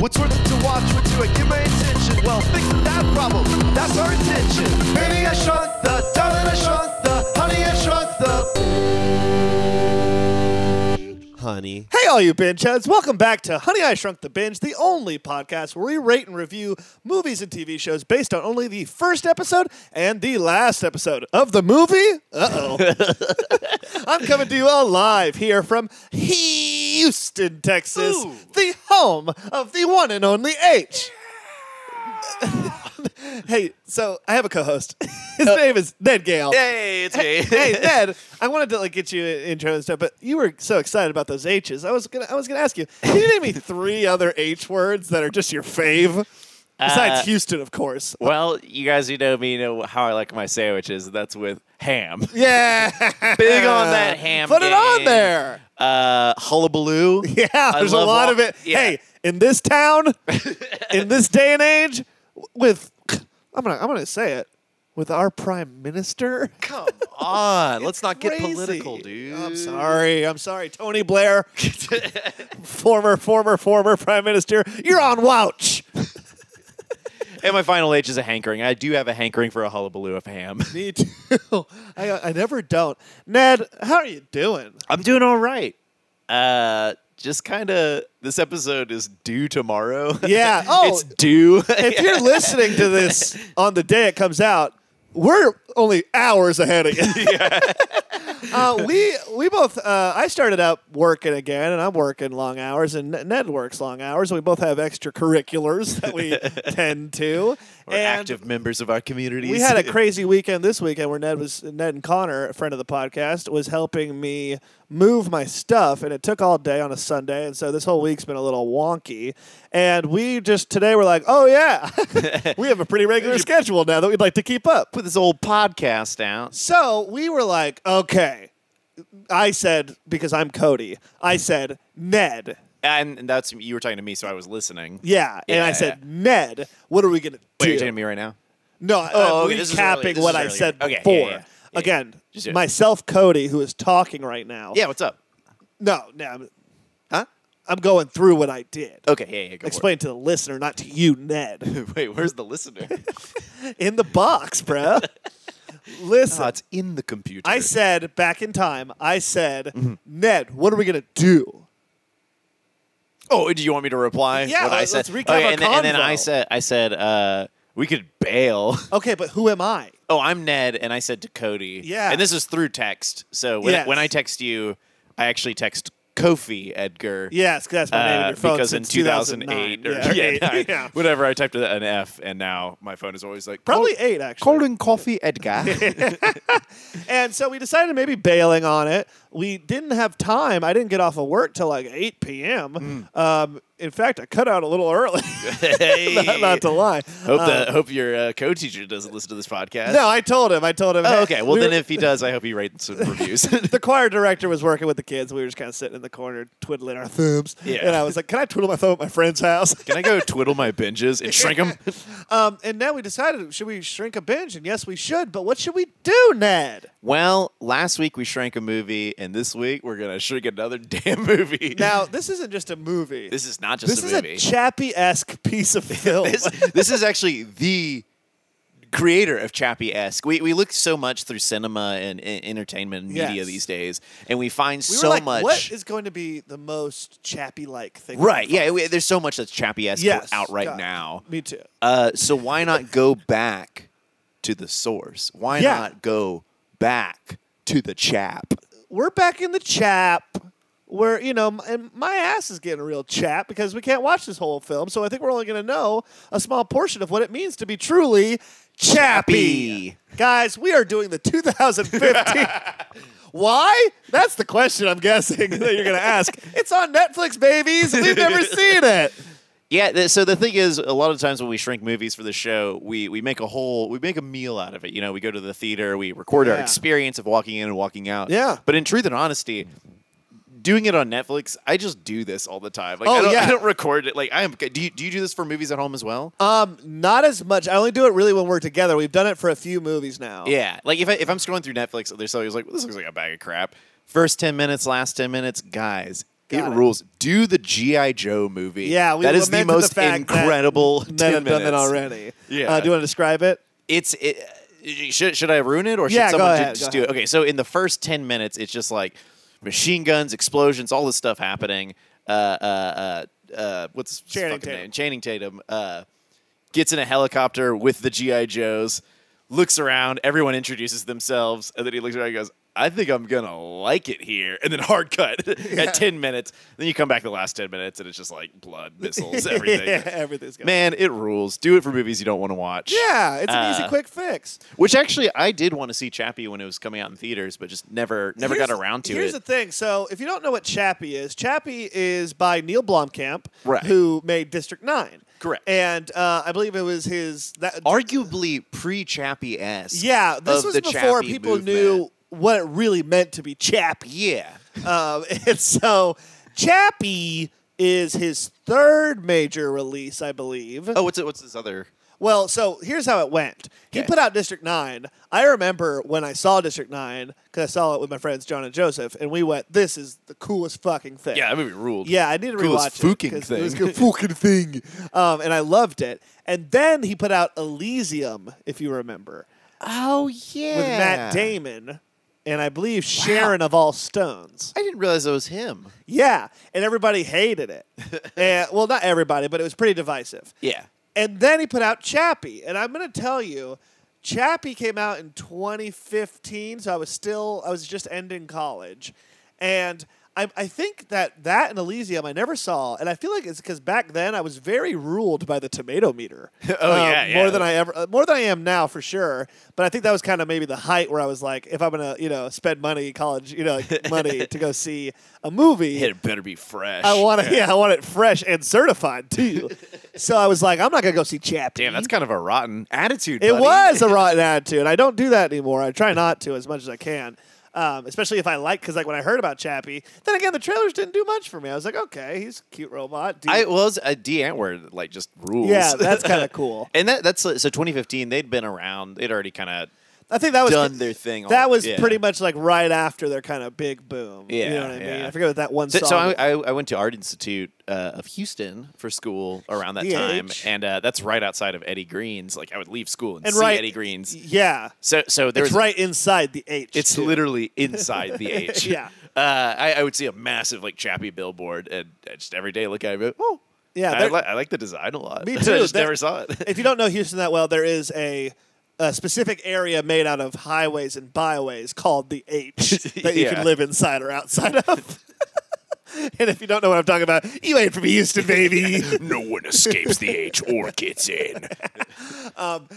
What's worth it to watch when you give my attention? Well, fix that problem. That's our intention. Baby, I shrunk the, darling, I shrunk the, honey, I shrunk the. Honey. Hey, all you binge heads, welcome back to Honey I Shrunk the Binge, the only podcast where we rate and review movies and TV shows based on only the first episode and the last episode of the movie. Uh oh. I'm coming to you all live here from Houston, Texas, Ooh. the home of the one and only H. hey, so I have a co host. His name is Ned Gale Hey, it's me. hey Ned, I wanted to like get you an intro and stuff, but you were so excited about those H's. I was gonna, I was gonna ask you. Can you name me three other H words that are just your fave? Besides Uh, Houston, of course. Well, you guys who know me know how I like my sandwiches. That's with ham. Yeah, Big on that ham. Put it on game. there. Uh, hullabaloo. Yeah, there's a love lot all- of it. yeah. Hey, in this town, in this day and age, w- with I'm gonna, I'm gonna say it with our prime minister. Come on, Ah, let's not get Crazy. political, dude. I'm sorry. I'm sorry. Tony Blair, former, former, former prime minister, you're on Wouch. And my final H is a hankering. I do have a hankering for a hullabaloo of ham. Me too. I, I never don't. Ned, how are you doing? I'm doing all right. Uh, just kind of this episode is due tomorrow. Yeah. Oh. it's due. If you're listening to this on the day it comes out, we're only hours ahead of you. uh, we we both. Uh, I started out working again, and I'm working long hours, and N- Ned works long hours. And we both have extracurriculars that we tend to. We're and active members of our communities. We had a crazy weekend this weekend where Ned was Ned and Connor, a friend of the podcast, was helping me move my stuff, and it took all day on a Sunday, and so this whole week's been a little wonky. And we just today were like, oh yeah, we have a pretty regular schedule now that we'd like to keep up. put this old podcast out. So we were like, okay. I said because I'm Cody. I said Ned. And and that's you were talking to me, so I was listening. Yeah, and I Yeah, said Ned. What are we gonna Wait, do? you're talking to me right now? No, I- Oh, I'm okay, this is early- recapping this what is I earlier. said Okay, yeah, before. yeah, yeah. Yeah. Again, Just do it. myself, Cody, who is talking right now. Yeah, what's up? No, no, I'm, Huh? I'm going through what I did. Okay, yeah, yeah, go Explain to the listener, not to you, Ned. For it. Wait, where's the listener? In the box, bro. Listen, oh, it's in the computer. I said back in time, I said, Mm-hmm. Ned, what are we going to do? Oh, do you want me to reply? Yeah, what I let's said. recap Okay, our and, then- and then I convo. said, I said, uh, we could bail. Okay, but who am I? Oh, I'm Ned, and I said to Cody. Yeah. And this is through text. So when, Yes. when I text you, I actually text Kofi Edgar. Yes, 'cause that's my name in uh, your phone because in since 2008 or 2009. yeah, yeah, nine, eight, yeah. whatever, I typed an F, and now my phone is always like Probably "Col- eight, actually. Colin Coffee Edgar. And so we decided maybe bailing on it. We didn't have time. I didn't get off of work till like 8 p.m. Mm. Um, in fact, I cut out a little early. not, not to lie. Hope Uh, the hope your uh, co-teacher doesn't listen to this podcast. no, I told him. I told him. Oh, "Hey," okay. Well, we then were- if he does, I hope he writes some reviews. the choir director was working with the kids, we were just kind of sitting in the corner twiddling our thumbs. Yeah. And I was like, "Can I twiddle my thumb at my friend's house?" Can I go twiddle my binges and shrink them? um, and now we decided, should we shrink a binge? And yes, we should. But what should we do, Ned? Well, last week we shrank a movie, and this week we're gonna shrink another damn movie. Now, this isn't just a movie. this is not just This a is movie. a Chappie-esque piece of film. this, this is actually the creator of Chappie esque. We we look so much through cinema and, and entertainment and media Yes. these days, and we find We so were like, much. What is going to be the most chappy like thing? we Right, can yeah. find?" we- There's so much that's Chappie esque Yes. out right God. now. Me too. Uh, so why not go back to the source? Why Yeah. not go back to the chap? We're back in the chap. Where you know, m- and my ass is getting a real chap because we can't watch this whole film. So I think we're only going to know a small portion of what it means to be truly Chappy. chappy. Guys, we are doing the 2015. Why? That's the question I'm guessing that you're going to ask. It's on Netflix, babies. We've never seen it. Yeah. Th- so the thing is, a lot of times when we shrink movies for the show, we we make a whole we make a meal out of it. You know, we go to the theater, we record our Yeah. experience of walking in and walking out. Yeah. But in truth and honesty. Doing it on Netflix, I just do this all the time. Like, Oh, I, don't, yeah. I don't record it. Like, I am. Do you, do you do this for movies at home as well? Um, not as much. I only do it really when we're together. We've done it for a few movies now. Yeah, like if, I, if I'm scrolling through Netflix, there's somebody who's like, "This looks like a bag of crap." First ten minutes, last ten minutes, guys, Got it it. rules. Do the GI Joe movie. Yeah, we that is the lamented the most fact that incredible. Then 10 I've done that minutes. already. Yeah. Uh, do you want to describe it? it's it, should should I ruin it or should Yeah, go someone ju- ahead, just go do it? Okay, so in the first ten minutes, it's just like machine guns, explosions, all this stuff happening. Uh, uh, uh, uh, what's his Channing fucking Tatum. name? Channing Tatum uh, gets in a helicopter with the GI Joes, looks around, everyone introduces themselves, and then he looks around and goes. I think I'm gonna like it here, and then hard cut at ten minutes. Then you come back the last ten minutes, and it's just like blood, missiles, everything. yeah, everything's good. Man, it rules. Do it for movies you don't want to watch. Yeah, it's an easy Uh, quick fix. Which actually, I did want to see Chappie when it was coming out in theaters, but just never never got Here's- around to here's it. the thing. So, if you don't know what Chappie is, Chappie is by Neil Blomkamp, Right. who made District Nine. Correct. And uh, I believe it was his. That, Arguably pre Chappie esque. yeah, this of was the before Chappie people movement. knew what it really meant to be Chappie. Yeah. um, and so, Chappie is his third major release, I believe. Oh, what's it, what's this other? Well, so here's how it went. He Okay. put out District 9. I remember when I saw District 9, because I saw it with my friends John and Joseph, and we went, this is the coolest fucking thing. Yeah, that movie ruled. Yeah, I need to Coolest rewatch fucking it. 'cause It was thing. good fucking thing. Um, and I loved it. And then he put out Elysium, if you remember, Oh yeah. with Matt Damon and I believe Sharon of All Stones. I didn't realize that was him. Yeah, and everybody hated it. and, well, not everybody, but it was pretty divisive. Yeah. And then he put out Chappie. And I'm going to tell you, Chappie came out in 2015. So I was still, I was just ending college. And I, I think that that and Elysium I never saw. And I feel like it's because back then I was very ruled by the tomato meter. Oh, yeah, yeah. More than I ever, uh, more than I am now for sure. But I think that was kind of maybe the height where I was like, if I'm going to, you know, spend money, college, you know, like money to go see a movie. It better be fresh. I want it. Yeah, I want it fresh and certified too. so I was like, I'm not gonna go see Chappie. Damn, that's kind of a rotten attitude. it buddy. was a rotten attitude. I don't do that anymore. I try not to as much as I can. Um, especially if I like, because like when I heard about Chappie, then again the trailers didn't do much for me. I was like, okay, he's a cute robot. dude. I was a D Antwoord like just rules. yeah, that's kind of cool. and that that's so 2015. They'd been around. They'd already kind of I think that was done their thing. That all- was yeah. pretty much like right after their kind of big boom. you Yeah, know what I mean. yeah. I forget what that one So, song. so I, I, I went to Art Institute uh, of Houston for school around that time, DH. and uh, that's right outside of Eddie Green's. Like I would leave school and, and see right, Eddie Green's. Yeah, So so there's it's right inside the H. It's too. literally inside the H. Yeah. Uh, I, I would see a massive like Chappie billboard, and I just every day look at it. and go, Oh, Yeah, I, they're- li- I like the design a lot. Me I too. just That- never saw it. if you don't know Houston that well, there is a, a specific area made out of highways and byways called the H that you Yeah. can live inside or outside of. and if you don't know what I'm talking about, you ain't from Houston, baby. no one escapes the H or gets in.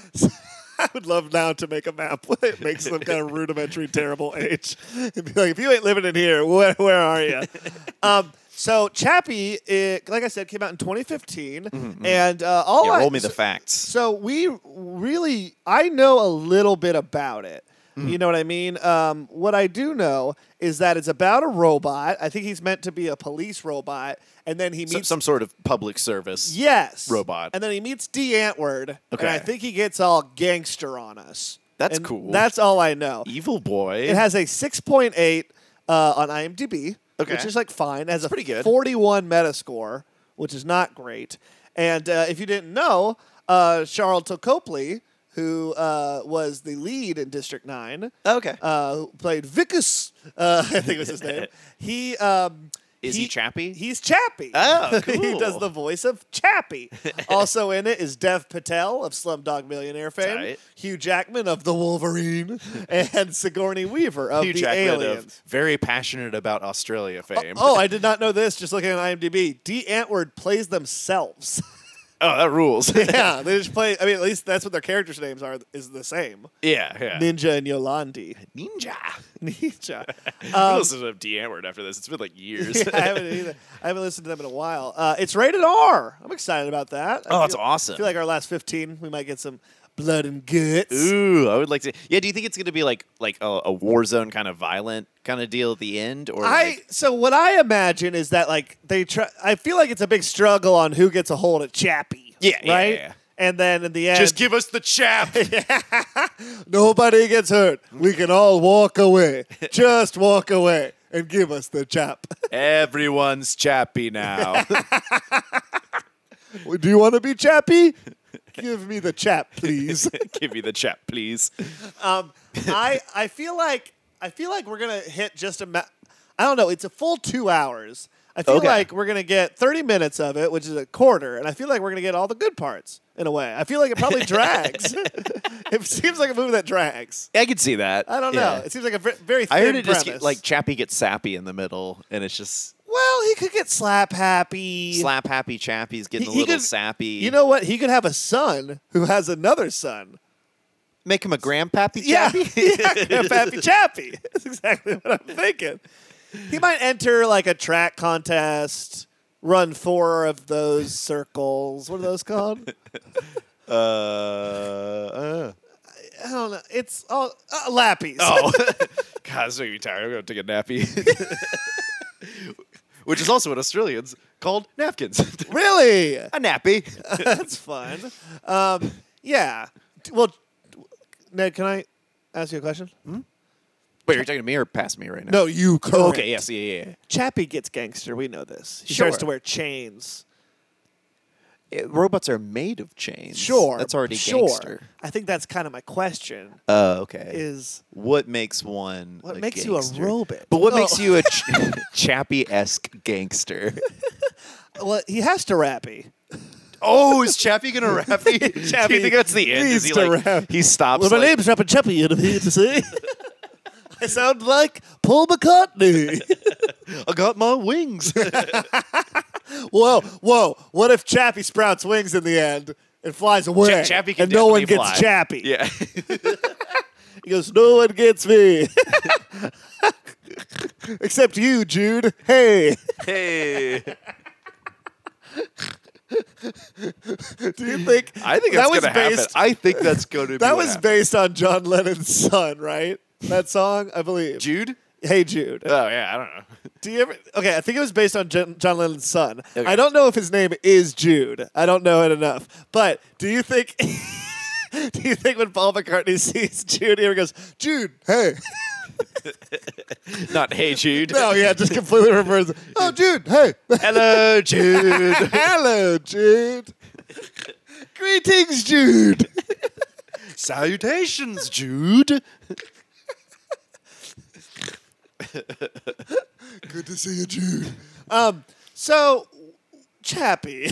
I would love now to make a map. It makes some kind of rudimentary, terrible H. It'd be like, if you ain't living in here, where, where are you? um, so Chappie, it, like I said, came out in 2015, and uh, all Mm-hmm, Yeah, I, roll me the so- facts. So we really, I know a little bit about it. Mm. You know what I mean? Um, what I do know is that it's about a robot. I think he's meant to be a police robot, and then he Some, meets some sort of public service. yes robot. and then he meets D Antword. Okay. and I think he gets all gangster on us. That's And cool. That's all I know. Evil boy. It has a six point eight uh, on IMDb, Okay. which is like fine. It has a pretty good. forty one Metascore, which is not great. And uh, if you didn't know, uh, Charlton Copley, who uh, was the lead in District Nine, Okay. uh, who played Vicus, uh, I think was his name. He um, Is he Chappie? He's Chappie. Oh, he does cool. the voice of Chappie. also in it is Dev Patel of Slumdog Millionaire fame, Tight. Hugh Jackman of The Wolverine, and Sigourney Weaver of Hugh The Jackman of Aliens. very passionate about Australia fame. Oh, I did not know this. Just looking at IMDb, D. Antwoord plays themselves. Oh, that rules. yeah, yeah, they just play. I mean, at least that's what their characters' names are. Is the same yeah. Ninja and Yolandi. Ninja. um, Ninja. I listened to D. Antwoord after this. It's been like years. Yeah, I haven't either. I haven't listened to them in a while. Uh, it's rated R. I'm excited about that. I Oh, that's feel- awesome. I feel like our last 15, we might get some blood and guts. Ooh, I would like to. Yeah, do you think it's going to be like like a, a war zone kind of violent kind of deal at the end, or I like- so what I imagine is that like they try. I feel like it's a big struggle on who gets a hold of Chappie. Yeah, yeah, right. yeah. And then in the end, just give us the chap? Nobody gets hurt. We can all walk away. Just walk away. and give us the chap. Everyone's chappy now. Do you want to be chappy? Give me the chap, please. Give me the chap, please. Um, I I feel like I feel like we're gonna hit just a. Ma- I don't know. It's a full two hours. I feel Okay. like we're gonna get thirty minutes of it, which is a quarter, and I feel like we're gonna get all the good parts in a way. I feel like it probably drags. it seems like a movie that drags. I can see that. I don't know. Yeah. It seems like a ver- very. Thin I heard it premise. just get, like Chappie gets sappy in the middle, and it's just Well, he could get slap happy. slap happy Chappie's getting He- a he little could- sappy. You know what? He could have a son who has another son. make him a grandpappy Yeah, Chappie. yeah, Pappy Chappy. That's exactly what I'm thinking. He might enter like a track contest, run four of those circles. What are those called? Uh, uh. I don't know. It's all uh, lappies. Oh, God, this making me tired. I'm gonna take a nappy. Which is also what Australians called napkins. a really? nappy. That's fun. Um, yeah. D- Well, Ned, can I ask you a question? Wait, are you talking to me or past me right now? No, you. Correct. Oh, okay. Yes. Yeah. Yeah. yeah. Chappie gets gangster. We know this. He Sure. starts to wear chains. Yeah, robots are made of chains. Sure. That's already sure. gangster. I think that's kind of my question. Oh, okay. Is what makes one? What a makes you a gangster? robot? But what Oh. makes you a ch- Chappie esque gangster? well, he has to rappy. oh, is Chappie gonna rap? Do you Chappie think that's the end? Is needs he to like rap. he stops? Well, my like- name's Rapper Chappie, you know what I'm here to say. I sound like Paul McCartney. I got my wings. whoa, whoa. What if Chappie sprouts wings in the end and flies away? Ch- Chappie can and no one definitely gets fly. Chappie. yeah. He goes, No one gets me. Except you, Jude. Hey, hey. do you think I think that that's was gonna happen. based I think that's gonna. be that what was happens. based on John Lennon's son, right? That song, I believe. Jude. hey Jude. Oh yeah, I don't know. Do you ever? Okay, I think it was based on Jen, John Lennon's son. Okay. I don't know if his name is Jude. I don't know it enough. But do you think? do you think when Paul McCartney sees Jude, he goes, "Jude, hey"? Not hey Jude. No, yeah, just completely reverse. it. Oh, Jude, hey, Hello Jude. hello, Jude. Greetings, Jude. Salutations, Jude. Good to see you, Jude. Um, so Chappie.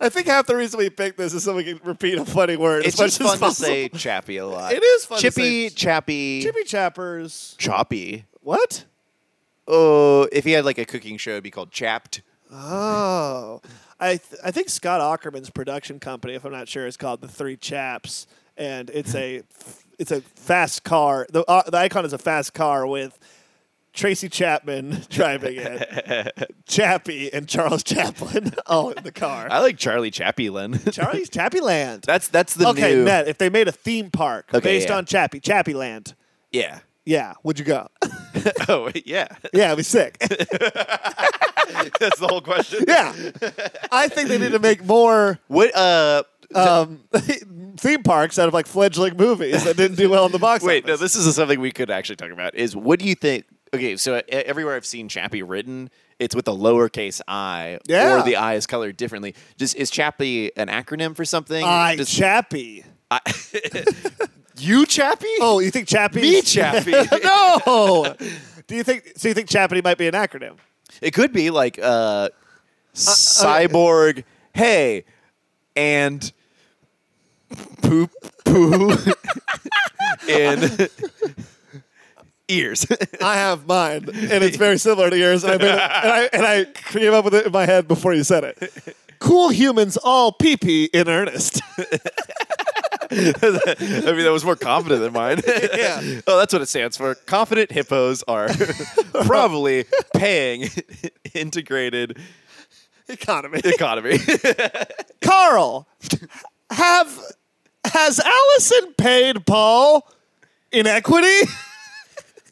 I think half the reason we picked this is so we can repeat a funny word It's as much just as fun to possible. say Chappie a lot. It is fun to Chippy, say- Chappie, Chippy Chappers. Choppy. What? Oh, if he had like a cooking show, it'd be called Chapped. Oh, I th- I think Scott Ackerman's production company, if I'm not sure, is called the Three Chaps, and it's a it's a fast car. The uh, the icon is a fast car with Tracy Chapman driving it, Chappie and Charles Chaplin all in the car. I like Charlie Chappie, Lynn. Charlie's Chappie Land. that's that's the okay, new. Ned. If they made a theme park Okay, based yeah. on Chappie, Chappie Land, Yeah. yeah, would you go? Oh yeah. yeah, it'd be sick. that's the whole question. yeah, I think they need to make more. What? Uh. um, theme parks out of like fledgling movies that didn't do well in the box Wait, no, office. this is something we could actually talk about. Is what do you think? Okay, so uh, everywhere I've seen Chappie written, it's with a lowercase i, Yeah. or the i is colored differently. Does is Chappie an acronym for something? I Does- Chappie. you Chappie? Oh, you think Chappie? me Chappie? no. do you think? So you think Chappie might be an acronym? It could be like uh, cyborg. Hey, and poop poo and ears. I have mine, and it's very similar to yours. And I, made it, and I and I came up with it in my head before you said it. Cool humans all pee pee in earnest. I mean, that was more confident than mine. Yeah. oh, that's what it stands for. Confident hippos are probably paying integrated Economy. economy. Carl, have has Allison paid Paul in equity?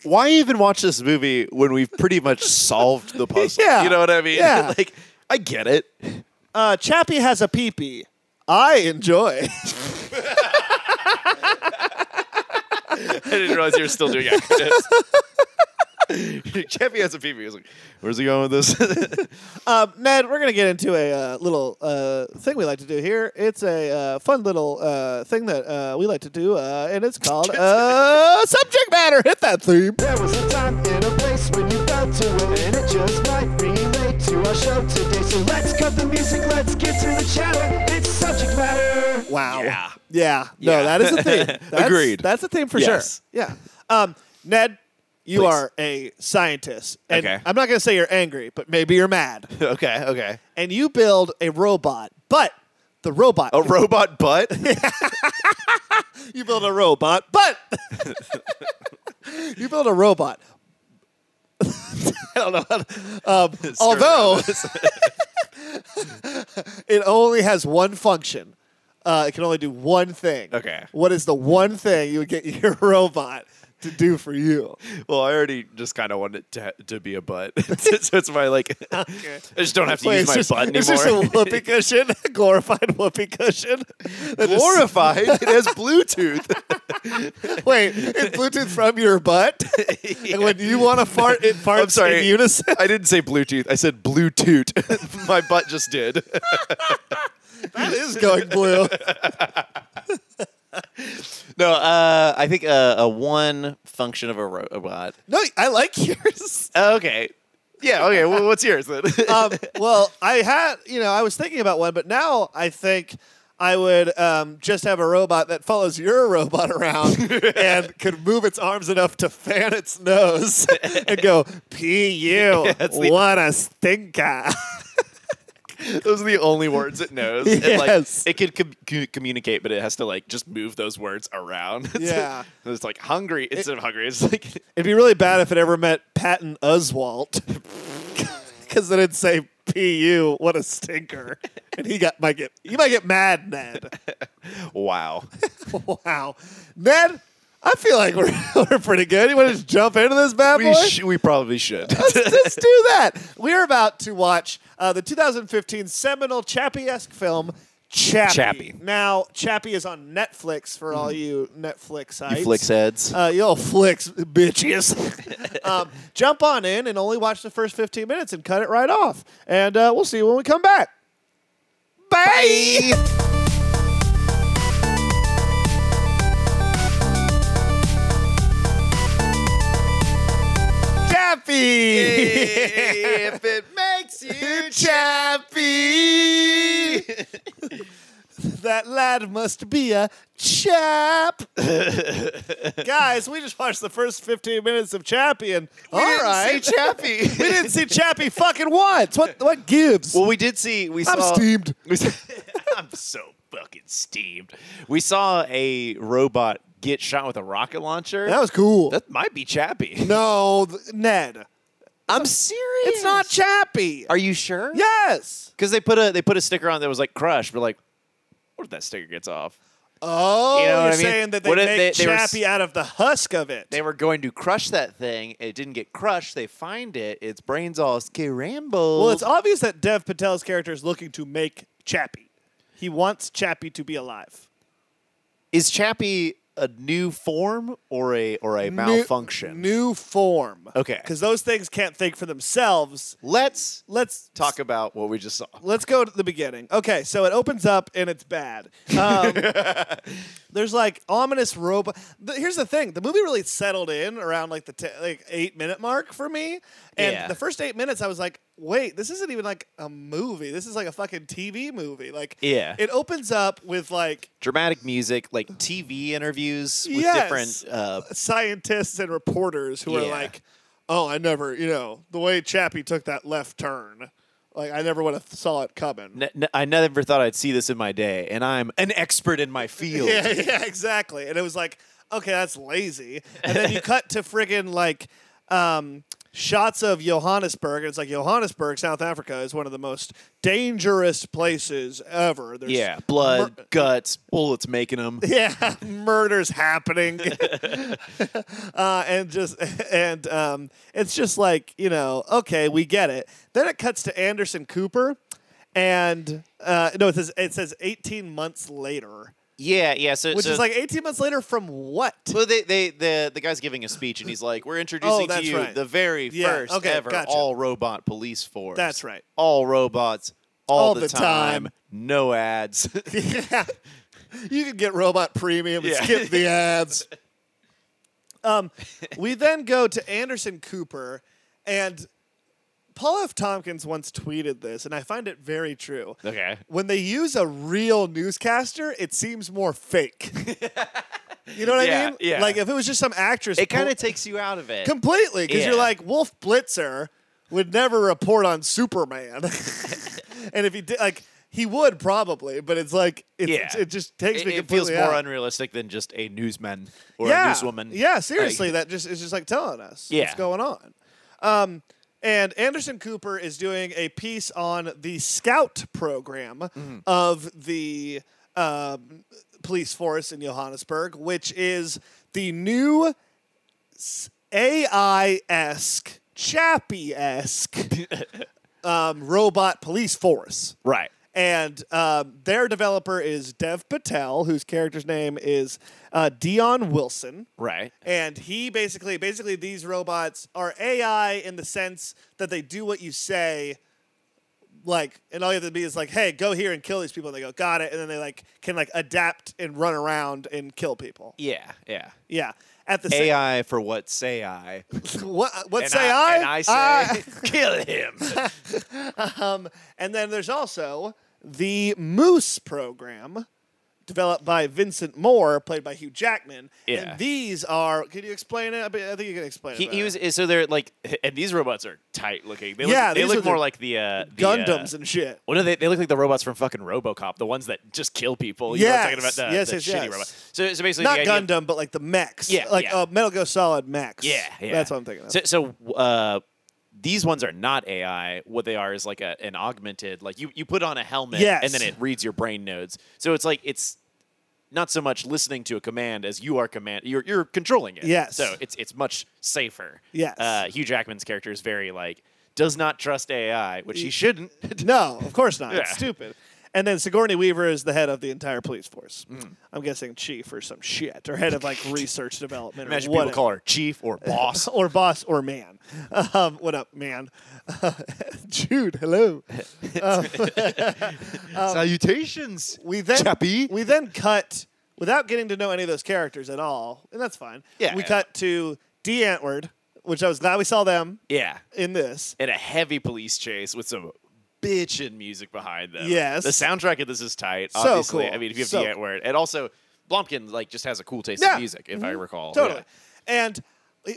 Why even watch this movie when we've pretty much solved the puzzle? Yeah. You know what I mean? Yeah. like, I get it. uh, Chappie has a peepee. I enjoy. didn't realize you were still doing acting tips. Jeffy has a pee-pee. He's like, where's he going with this? Um, Ned, we're going to get into a uh, little uh, thing we like to do here. It's a uh, fun little uh, thing that uh, we like to do, uh, and it's called uh, Subject Matter. Hit that theme. There was a time and a place when you felt to it, and it just might relate to our show today. So let's cut the music, let's get to the chatter. It's subject matter. Wow. Yeah. Yeah. No, Yeah. that is a thing. That's, Agreed. That's a thing for Yes. sure. Yeah. Um, Ned, you Please. are a scientist. And Okay. I'm not going to say you're angry, but maybe you're mad. okay, okay. and you build a robot, but the robot. A robot butt? you build a robot, but you build a robot. I don't know. How to, um, although it only has one function, uh, it can only do one thing. Okay. What is the one thing you would get your robot to do for you? well, I already just kind of wanted to, to be a butt. so it's my, like, I just don't have to Wait, use my just, butt anymore. it's just a whoopee cushion, a glorified whoopee cushion. That just- glorified. it has Bluetooth. Wait, is Bluetooth from your butt? And when you want to fart, it farts I'm sorry. in unison. I didn't say Bluetooth. I said Bluetooth. my butt just did. That is going blue. No, uh, I think uh, a one function of a robot. No, I like yours. Oh, okay. Yeah, okay. Well, what's yours then? Um, well, I had, you know, I was thinking about one, but now I think I would um, just have a robot that follows your robot around and could move its arms enough to fan its nose and go, "P you, that's the- what a stinker." those are the only words it knows. Yes. It, like, it could com- cu- communicate, but it has to like just move those words around. Yeah. So it's like hungry instead of hungry. It's like It'd be really bad if it ever met Patton Oswalt, because then it'd say "Pu, what a stinker," and he got might get you might get mad, Ned. wow. wow, Ned, I feel like we're, we're pretty good. You want to just jump into this bad we boy? sh- we probably should. let's, let's do that. We're about to watch uh, the 2015 seminal Chappie-esque film Chappie. Chappie. Mm-hmm. Now Chappie is on Netflix for all you Netflix sites. heads. Uh, y'all flicks, bitches. um, jump on in and only watch the first 15 minutes and cut it right off. And uh, we'll see you when we come back. Bye. Chappy. if it makes you Chappy. that lad must be a chap. Guys, we just watched the first 15 minutes of Chappie, and all didn't see right, Chappie. we didn't see Chappie fucking once. What what gives? Well, we did see. We I'm saw. steamed. We saw- I'm so fucking steamed. We saw a robot get shot with a rocket launcher. that was cool. that might be Chappie. no, th- Ned, I'm serious. it's not Chappie. Are you sure? yes. Because they put a they put a sticker on that was like crush. We're like, what if that sticker gets off? Oh, You know what are I mean? saying that they What if make they- they were s- Chappie out of the husk of it. They were going to crush that thing. It didn't get crushed. They find it. Its brains all scrambled. Well, it's obvious that Dev Patel's character is looking to make Chappie. He wants Chappie to be alive. is Chappie a new form or a or a malfunction? New, form. Okay. Because those things can't think for themselves. Let's Let's talk about what we just saw. Let's go to the beginning. Okay, so it opens up and it's bad. Um, there's like ominous robot. The, here's the thing: the movie really settled in around like the t- like eight minute mark for me, and Yeah. the first eight minutes I was like, "Wait, this isn't even like a movie. This is like a fucking TV movie." Like, Yeah. it opens up with like Dramatic music, like TV interviews with Yes. different. Uh, scientists and reporters who are Yeah. like, "Oh, I never, you know, the way Chappie took that left turn, like I never would have saw it coming." n- n- I never thought I'd see this in my day, and I'm an expert in my field. Yeah, yeah, exactly. And it was like, okay, that's lazy. And then you cut to friggin' like um, shots of Johannesburg. And it's like Johannesburg, South Africa, is one of the most dangerous places ever. There's Yeah, blood, guts, bullets making them. yeah, murders happening, uh, and just and um, it's just like you know, okay, we get it. Then it cuts to Anderson Cooper, and uh, no, it says it says eighteen months later, Yeah, yeah. So, which so- is like 18 months later from what? well, they, they the the guy's giving a speech and he's like, "We're introducing to Oh, that's you right. the very Yeah, first okay, ever gotcha. all robot police force. That's right. All robots, all, All the, the time, time. no ads. yeah. You can get robot premium and Yeah. skip the ads. Um, we then go to Anderson Cooper, and Paul F. Tompkins once tweeted this, and I find it very true. okay. When they use a real newscaster, it seems more fake. you know what I Yeah, mean? yeah. Like if it was just some actress, It kind pull- of takes you out of it. completely because you're Yeah. like Wolf Blitzer would never report on Superman, and if he did, like he would probably, but it's like it's, Yeah. it just takes it, me it feels completely more out. unrealistic than just a newsman or yeah, a newswoman. yeah, seriously, that just is just like telling us Yeah. what's going on. Um, and Anderson Cooper is doing a piece on the Scout program Mm-hmm. of the um, police force in Johannesburg, which is the new AI esque, Chappie esque um, robot police force. Right. And um, their developer is Dev Patel, whose character's name is uh, Dion Wilson. Right. And he basically, basically, these robots are AI in the sense that they do what you say. Like, and all you have to be is like, "Hey, go here and kill these people." And they go, "Got it." And then they like can like adapt and run around and kill people. Yeah. Yeah. Yeah. At the same, AI for what say I? what what And say I? Uh, And I say, I- kill him. Um, and then there's also the Moose program, developed by Vincent Moore, played by Hugh Jackman. Yeah. And these are. Can you explain it? I be- I think you can explain He, it. he better. was so they're like, and these robots are tight looking. They look, Yeah, they these are look the more like the, uh, the uh, Gundams and shit. What are they? They look like the robots from fucking RoboCop, the ones that just kill people. You know what I'm Yes, talking about the, yes, the yes, shitty yes. robot. So, so basically, Not the idea- Gundam, but like the mechs. Yeah, Like yeah. Uh, Metal Gear Solid mechs. Yeah, yeah. That's what I'm thinking of. So, so uh, these ones are not AI. What they are is like a, an augmented, like you, you put on a helmet Yes. and then it reads your brain nodes. So it's like it's not so much listening to a command as you are command. You're you're controlling it. Yes. So it's it's much safer. Yes. Uh, Hugh Jackman's character is very like does not trust AI, which E he shouldn't. no, of course not. It's Yeah. stupid. And then Sigourney Weaver is the head of the entire police force. Hmm. I'm guessing chief or some shit, or head of like research development. Imagine or people whatever. call her chief or boss. or boss or man. Um, what up, man? Jude, hello. Salutations. Um, We then Chappie. we then cut without getting to know any of those characters at all, and that's fine. Yeah. we cut to D Antword, which I was glad we saw them Yeah. in this. and a heavy police chase with some bitchin' music behind them. Yes. the soundtrack of this is tight. So obviously, cool. I mean, if you have So the Ant word, and also Blomkin like just has a cool taste Yeah. Mm-hmm. in music, if I recall. Totally. Yeah. And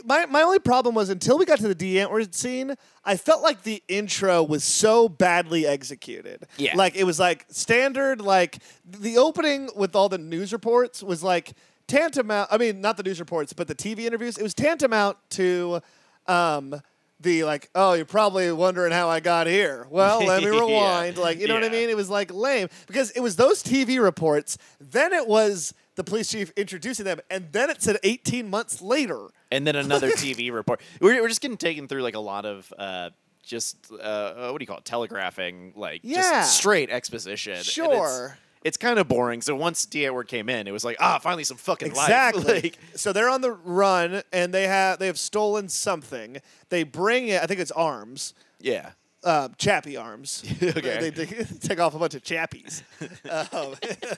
my my only problem was until we got to the D Antwoord scene, I felt like the intro was so badly executed. Yeah. Like it was like standard, like the opening with all the news reports was like tantamount I mean, not the news reports, but the TV interviews. It was tantamount to um the like, oh, you're probably wondering how I got here. Well, let me Yeah. rewind. Like, you know what I Yeah. mean? It was like lame because it was those TV reports. Then it was the police chief introducing them, and then it said 18 months later. And then another TV report. We're, we're just getting taken through like a lot of. Uh, just uh, what do you call it? Telegraphing, like Yeah. just straight exposition. And it's- Sure. it's, kind of boring. So once D. Edward came in, it was like, ah, finally some fucking Exactly. life. Like, so they're on the run, and they have they have stolen something. They bring it. I think it's arms. yeah, uh, chappy arms. Okay. they, they take off a bunch of chappies. um,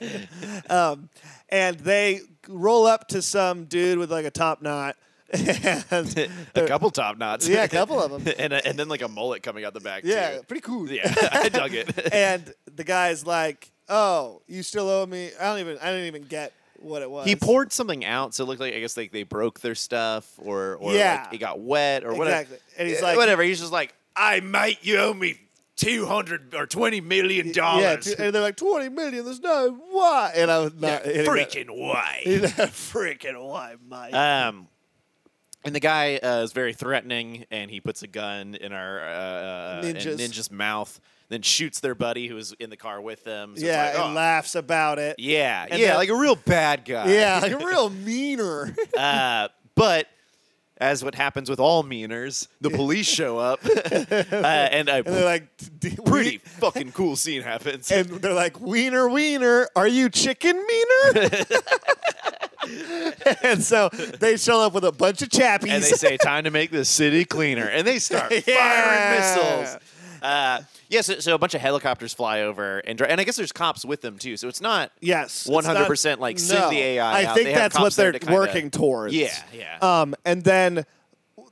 um, and they roll up to some dude with like a top knot. and, a couple top knots. yeah, a couple of them. and, a, and then like a mullet coming out the back. Yeah, too. pretty cool. Yeah, I dug it. And the guy's like, "Oh, you still owe me." I don't even. I didn't even get what it was. he poured something out, so it looked like I guess like they broke their stuff or or Yeah. like it got wet or whatever. Exactly. And he's Eh, like- whatever. He's just like, I mate, you owe me two hundred or twenty million Yeah, dollars. t- and they're like twenty million. There's no why. And I was uh, not hitting that- Freaking why? freaking why, mate? Um, and the guy uh, is very threatening, and he puts a gun in our uh, in Ninjas. ninja's mouth, then shoots their buddy who was in the car with them. So it's yeah, like, and oh, laughs about it. yeah, And yeah, then- like a real bad guy. Yeah, like a real meaner. Uh, but as what happens with all meaners, the police show up, uh, and I And they're like, "D- pretty we-" fucking cool scene happens. And they're like, Wiener, Wiener, are you chicken meaner? and so they show up with a bunch of chappies. and they say, "Time to make the city cleaner," and they start Yeah. firing missiles. Uh, yeah, so, so a bunch of helicopters fly over, and dr- and I guess there's cops with them too. So it's not Yes, it's not- 100% like, send the AI I out. think They have that's what cops there they're to kinda- working towards. Yeah, yeah. Um, and then,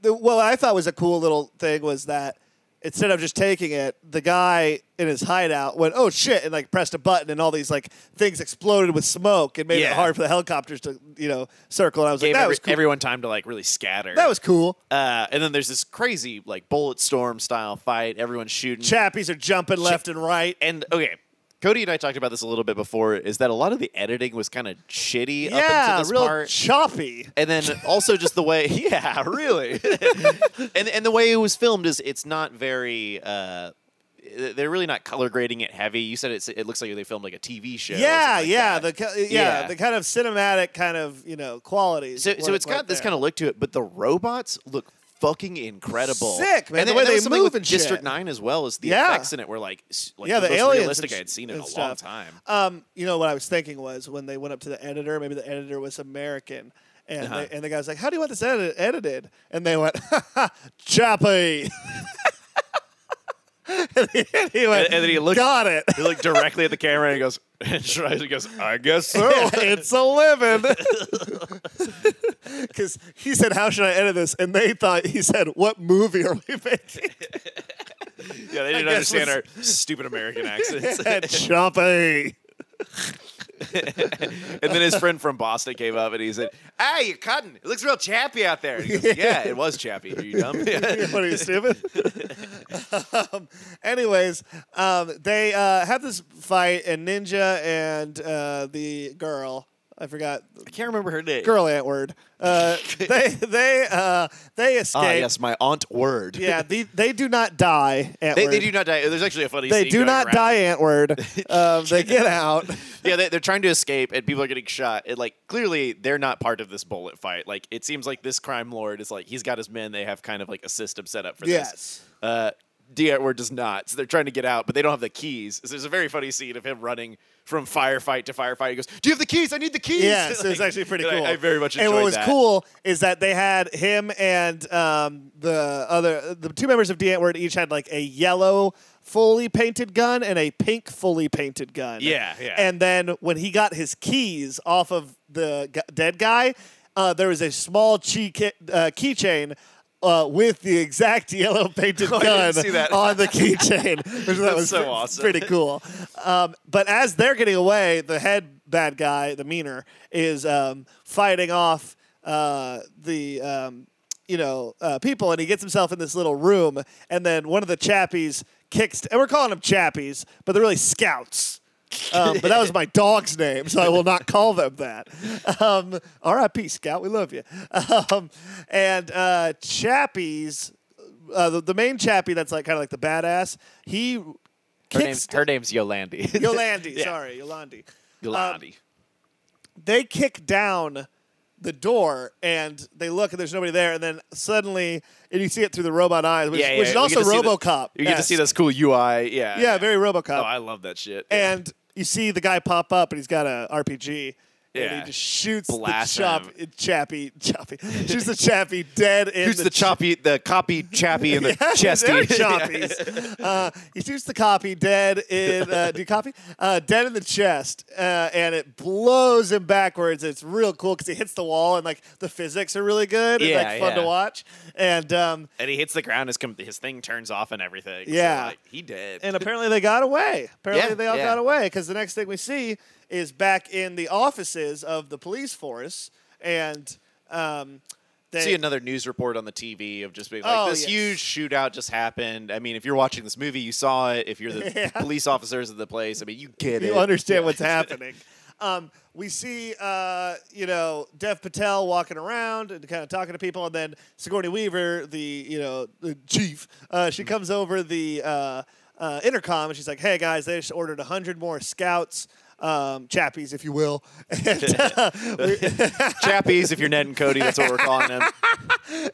the, what I thought was a cool little thing was that instead of just taking it, the guy in his hideout went, "Oh shit!" and like pressed a button, and all these like things exploded with smoke and made it Yeah. hard for the helicopters to you know circle. And I was gave like, "That every- was cool. everyone time to like really scatter. that was cool." Uh, and then there's this crazy like bullet storm style fight. Everyone's shooting. Chappies are jumping left and right. and okay, Cody and I talked about this a little bit before. Is that a lot of the editing was kind of shitty up yeah, until this real part. choppy. and then also just the way, yeah, really, and and the way it was filmed is it's not very. Uh, they're really not color grading it heavy. You said it's, it looks like they filmed like a TV show. or Yeah, something like yeah, that. the ki- yeah, Yeah. the kind of cinematic kind of you know qualities. So, so were it's got right this there. kind of look to it, but the robots look fucking incredible. Sick, man, And the th- way and that they was something move with and shit. District Nine as well as the Yeah. effects in it were like, s- like yeah, the, the most aliens realistic and I sh- had seen in a and long stuff. time. Um, you know what I was thinking was when they went up to the editor, maybe the editor was American, and Uh-huh. they, and the guy was like, "How do you want this edit- edited?" And they went, "Choppy." and he, and he went, And- and then he looked- "Got it. He looked directly at the camera and he goes, and Schreiser goes, I guess so. it's a living." Because he said, "How should I edit this?" And they thought he said, "What movie are we making?" Yeah, they didn't guess understand our stupid American accents. Choppy. and then his friend from Boston came up and he said, Ah, you're cutting. It looks real chappy out there. And he goes, yeah, it was chappy. Are you dumb? what are you stupid? um, anyways, um, they uh, have this fight, and Ninja and uh, the girl. I forgot I can't remember her name. girl ant word. Uh, they they uh, they escape. Ah, yes, my aunt word. Yeah, the, they do not die. Antword. They, they do not die. There's actually a funny They scene do going not around. die. Antword. Um, they get out. yeah, they, they're trying to escape, and people are getting shot. And like, clearly, they're not part of this bullet fight. Like, it seems like this crime lord is like he's got his men. They have kind of like a system set up for Yes. this. Uh, D. Edward does not. So they're trying to get out, but they don't have the keys. So there's a very funny scene of him running from firefight to firefight. He goes, "Do you have the keys? I need the keys." Yeah, so it's actually pretty and I- cool. I, very much enjoyed And what was that. cool is that they had him and um, the other the two members of Dantword each had like a yellow fully painted gun and a pink fully painted gun. Yeah, yeah. And then when he got his keys off of the g- dead guy, uh, there was a small key ki- uh, keychain. Uh, with the exact yellow painted Oh, I didn't gun see that. on the keychain, which that was so pre- awesome. pretty cool. Um, but as they're getting away, the head bad guy, the meaner, is um, fighting off uh, the um, you know uh, people, and he gets himself in this little room, and then one of the chappies kicks, and we're calling them chappies, but they're really scouts. um, but that was my dog's name, so I will not call them that. Um, R.I.P. Scout, we love you. Um, and uh, Chappies, uh, the, the main Chappie that's like kind of like the badass, he Her, name, kicks her name's Yolandi. Yolandi, Uh, sorry, Yolandi. Yolandi. They kick down the door and they look and there's nobody there, and then suddenly and you see it through the robot eyes, which, yeah, yeah. which is we also get to see the- RoboCop. You get to see this cool UI. Yeah. Yeah, very RoboCop. Oh, I love that shit. Yeah. and you see the guy pop up and he's got a RPG. And Yeah. he just shoots Blast the chop, him. chappy, chappy, shoots the chappy dead in Who's the, the choppy, the copy chappy, and the They're chesty? choppies. Uh, he shoots the copy dead in uh, do you copy uh, dead in the chest, uh, and it blows him backwards. It's real cool because he hits the wall, and like the physics are really good. Yeah, and, like fun yeah. to watch. And um, and he hits the ground. His com- his thing turns off and everything. So, Yeah. like, he did. and apparently they got away. Apparently Yeah, they all yeah. got away because the next thing we see is back in the offices of the police force, and um, they see another news report on the TV of just being like, Oh, this yes. huge shootout just happened. I mean, if you're watching this movie, you saw it. If you're the police officers of the place, I mean, you get you it. understand what's happening. Um, we see, uh, you know, Dev Patel walking around and kind of talking to people, and then Sigourney Weaver, the you know the chief, uh, Mm-hmm. she comes over the uh, uh, intercom and she's like, "Hey guys, they just ordered hundred more scouts." Um, chappies, if you will, and, uh, we- Chappies, if you're Ned and Cody, that's what we're calling them.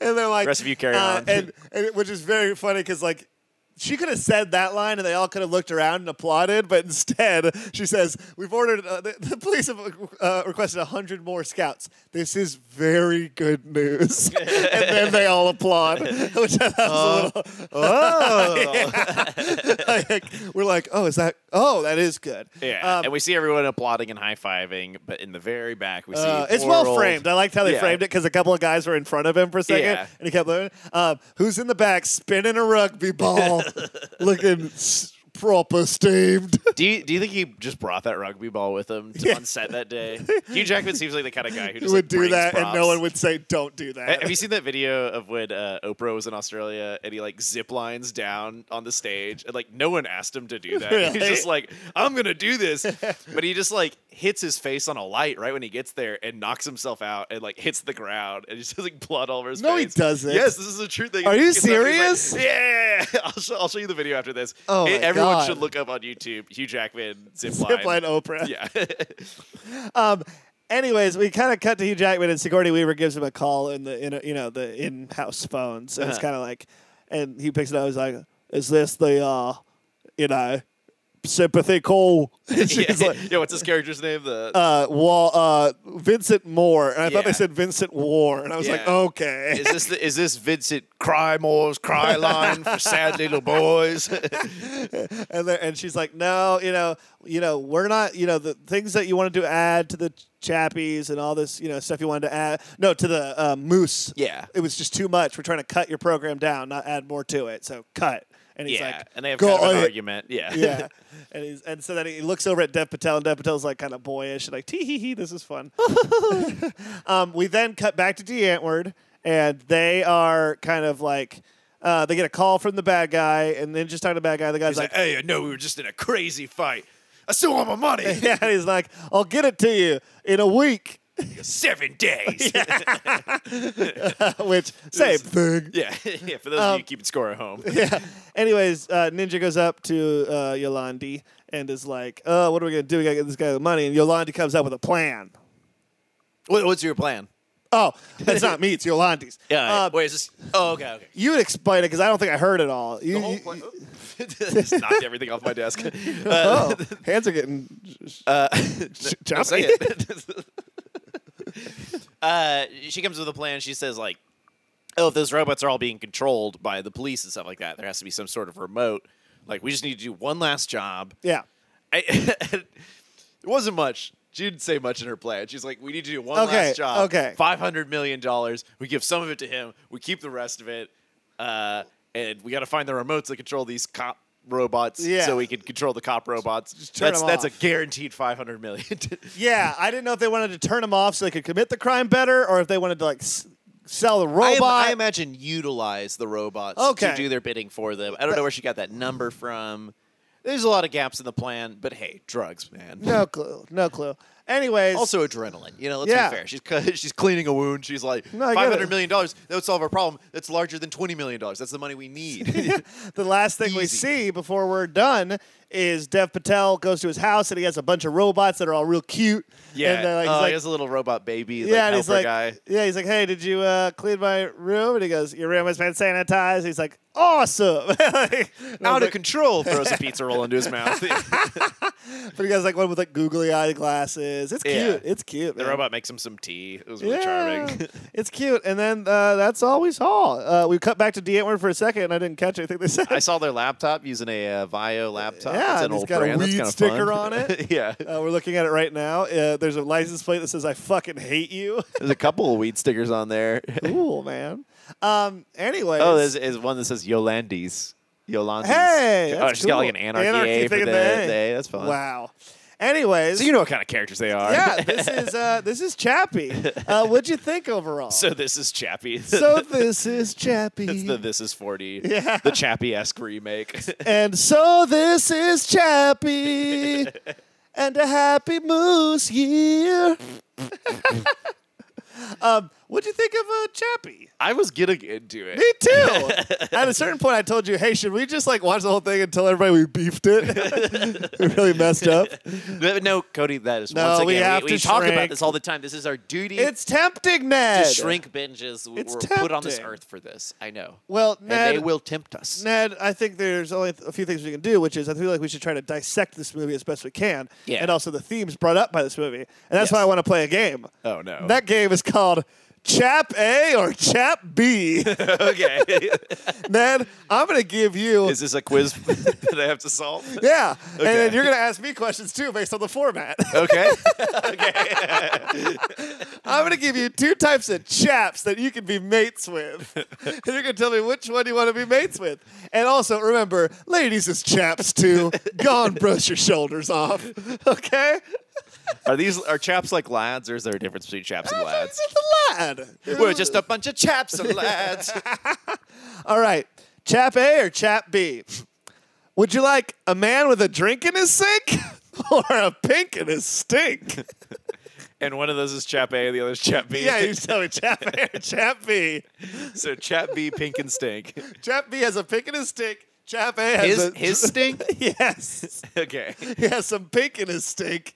and they're like, uh, Rest of you carry on. and, and it- which is very funny because like. She could have said that line, and they all could have looked around and applauded. But instead, she says, "We've ordered. Uh, the, the police have uh, requested hundred more scouts. This is very good news." and then they all applaud, which I thought was a little. Uh, Oh, Like, we're like, "Oh, is that? Oh, that is good." Yeah, Um, and we see everyone applauding and high fiving, but in the very back we see Uh, it's poor well old- framed. I liked how they Yeah. framed it because a couple of guys were in front of him for a second, Yeah. and he kept looking. Um, who's in the back spinning a rugby ball, looking s- proper steamed? Do you do you think he just brought that rugby ball with him to Yeah. on set that day? Hugh Jackman seems like the kind of guy who Who just would like, do brings that, and no props. one would say, "Don't do Ha- Have that." you seen that video of when uh, Oprah was in Australia and he like zip lines down on the stage and like no one asked him to do that? He's just like, I'm gonna do this, but he just like hits his face on a light right when he gets there and knocks himself out and like hits the ground and he's just like blood all over his No, he face. doesn't. Yes, this is the truth. thing. Are He you gets up and he's like, serious? yeah, yeah, yeah. I'll, show, I'll show you the video after this. Oh Eh, my everyone God. should look up on YouTube Hugh Jackman zip line. Zipline Oprah. Yeah, Um, anyways, we kind of cut to Hugh Jackman, and Sigourney Weaver gives him a call in the in a, you know the in house phone. So it's Uh-huh. kind of like, and he picks it up. He's like, "Is this the uh, you know, sympathy call?" And she's yeah. like, yeah. What's his character's name? The uh, Wall, uh, Vincent Moore, and I thought they Yeah. said Vincent War, and I was like, Yeah. okay. Is this the, is this Vincent Crymore's cry line for sad little boys? and, then, and she's like, no, you know, you know, we're not, you know, the things that you wanted to add to the chappies and all this, you know, stuff you wanted to add, no, to the uh, moose. Yeah. it was just too much. We're trying to cut your program down, not add more to it. So cut. And he's yeah, like, and they have "Go kind of an ahead." argument. Yeah, yeah. And he's and so then he looks over at Dev Patel, and Dev Patel's like kind of boyish, like tee hee hee, this is fun. um, we then cut back to DeAntward, and they are kind of like uh, they get a call from the bad guy, and then just talking to the bad guy. The guy's He's like, like, hey, I know we were just in a crazy fight. I still want my money. yeah, and he's like, I'll get it to you in a week, Seven days. Yeah, which same thing. yeah. for those of you keeping score at home, yeah. Anyways, uh, Ninja goes up to uh, Yolandi and is like, "Oh, what are we gonna do? We gotta get this guy the money." And Yolandi comes up with a plan. what, what's your plan? Oh, that's not me. It's Yolandi's. Yeah. Uh, wait, is this? Oh, okay, okay. You would explain it because I don't think I heard it all. You, The whole you- plan- Oh, just knocked everything off my desk. Uh, oh, hands are getting. uh, Don't I'll say say it. uh, she comes with a plan. She says like, "Oh, if those robots are all being controlled by the police and stuff like that, there has to be some sort of remote. Like, we just need to do one last job." Yeah. I, it wasn't much. She didn't say much in her plan. She's like, "We need to do one Okay, last job. okay. five hundred million dollars. We give some of it to him. We keep the rest of it, uh, and we got to find the remotes that control these cop." Robots, Yeah. so we can control the cop robots. turn that's them that's off. a guaranteed five hundred million. Yeah. I didn't know if they wanted to turn him off so they could commit the crime better, or if they wanted to like s- sell the I, robot. im- Oh, I imagine utilize the robots Okay. to do their bidding for them. I don't know where she got that number from. There's a lot of gaps in the plan, but hey, drugs, man. no clue. No clue. Anyways, Also adrenaline. You know, let's Yeah. be fair. She's cu- she's cleaning a wound. She's like No, I five get hundred it. million dollars. That would solve our problem. That's larger than twenty million dollars. That's the money we need. the last thing we Easy. see before we're done is Dev Patel goes to his house and he has a bunch of robots that are all real cute. And they're like, oh, he's he like, has a little robot baby. Like, yeah, and he's helper like, guy. yeah, he's like, hey, did you uh, clean my room? And he goes, your room has been sanitized. He's like, awesome. And I was Out like- of control, throws a pizza roll into his mouth. the But he has like one with like googly eye glasses. It's cute. Yeah. It's cute. man. robot makes him some tea. It was really Yeah. charming. it's cute. And then uh, that's all we saw. Uh, we cut back to D8 for a second, and I didn't catch anything they said. I saw their laptop using a uh, Vio laptop. it's Yeah, an and it's old got a brand. That's weed kinda sticker fun. on it. yeah, Uh, we're looking at it right now. Uh, there's a license plate that says "I fucking hate you." there's a couple of weed stickers on there. cool, man. Um. Anyways. oh, there's, there's one that says Yolandis. Yolandis. Hey, oh, that's she's got like an cool. anarchy, Anarchy A for thing the, in the A. the A. That's fun. wow. Anyways. So you know what kind of characters they are. yeah, this is uh, this is Chappie. Uh, what'd you think overall? so this is Chappie. So this is Chappie. It's the This Is 40, Yeah. the Chappie-esque remake. And so this is Chappie and a happy moose year. um, What'd you think of uh, Chappie? I was getting into it. Me too. At a certain point, I told you, "Hey, should we just like watch the whole thing until everybody we beefed it? we really messed up." But no, Cody, that is No, once again we have we, to talk about shrink. this all the time. This is our duty It's tempting, to Ned. shrink binges. We- It's We're put on this tempting. earth for this. I know. Well, and Ned, they will tempt us. Ned, I think there's only a few things we can do, which is I feel like we should try to dissect this movie as best we can, Yeah. and also the themes brought up by this movie, and that's why Yes. I want to play a game. Oh, no. That game is called Chap A or Chap B. okay. Ned, I'm gonna give you, Is this a quiz that I have to solve? yeah, and then Okay. you're gonna ask me questions too based on the format. Okay. I'm gonna give you two types of chaps that you can be mates with, and you're gonna tell me which one you want to be mates with. And also remember, ladies is chaps too. Go and brush your shoulders off, okay? Are these are chaps like lads, or is there a difference between chaps and lads? It's a lad. We're just a bunch of chaps and lads. All right, chap A or chap B? Would you like a man with a drink in his sink or a pink in his stink? and one of those is chap A, and the other is chap B. yeah, you tell me chap A or chap B. so chap B, pink and stink. Chap B has a pink in his stink. Chap A has His a his stink. yes. Okay. He has some pink in his stink.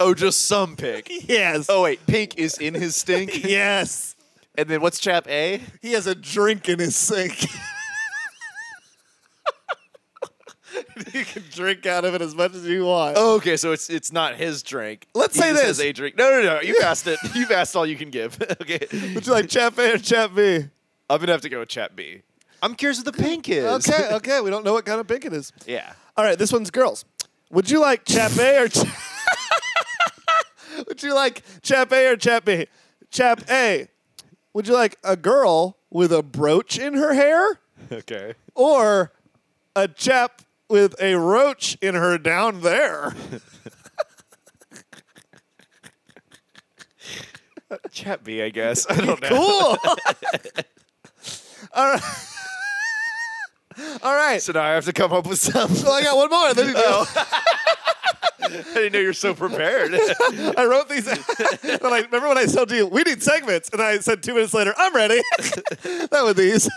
Oh, just some pink. Yes. Oh wait, pink is in his stink. Yes. And then what's chap A? He has a drink in his sink. you can drink out of it as much as you want. Oh, okay, so it's it's not his drink. Let's He say just this. has a drink. No, no, no. You've asked it. You've asked all you can give. okay. Would you like chap A or chap B? I'm gonna have to go with chap B. I'm curious what the pink is. Okay, okay. We don't know what kind of pink it is. Yeah. All right, this one's girls. Would you like chap A or chap Would you like chap A or chap B? Chap A. Would you like a girl with a brooch in her hair Okay. or a chap with a roach in her down there? Chap B, I guess. I don't know. Cool. All right. All right. So now I have to come up with some. Well, I got one more. There you go. I didn't know you're so prepared. I wrote these. but I remember when I told you we need segments, and I said two minutes later, I'm ready. that was these.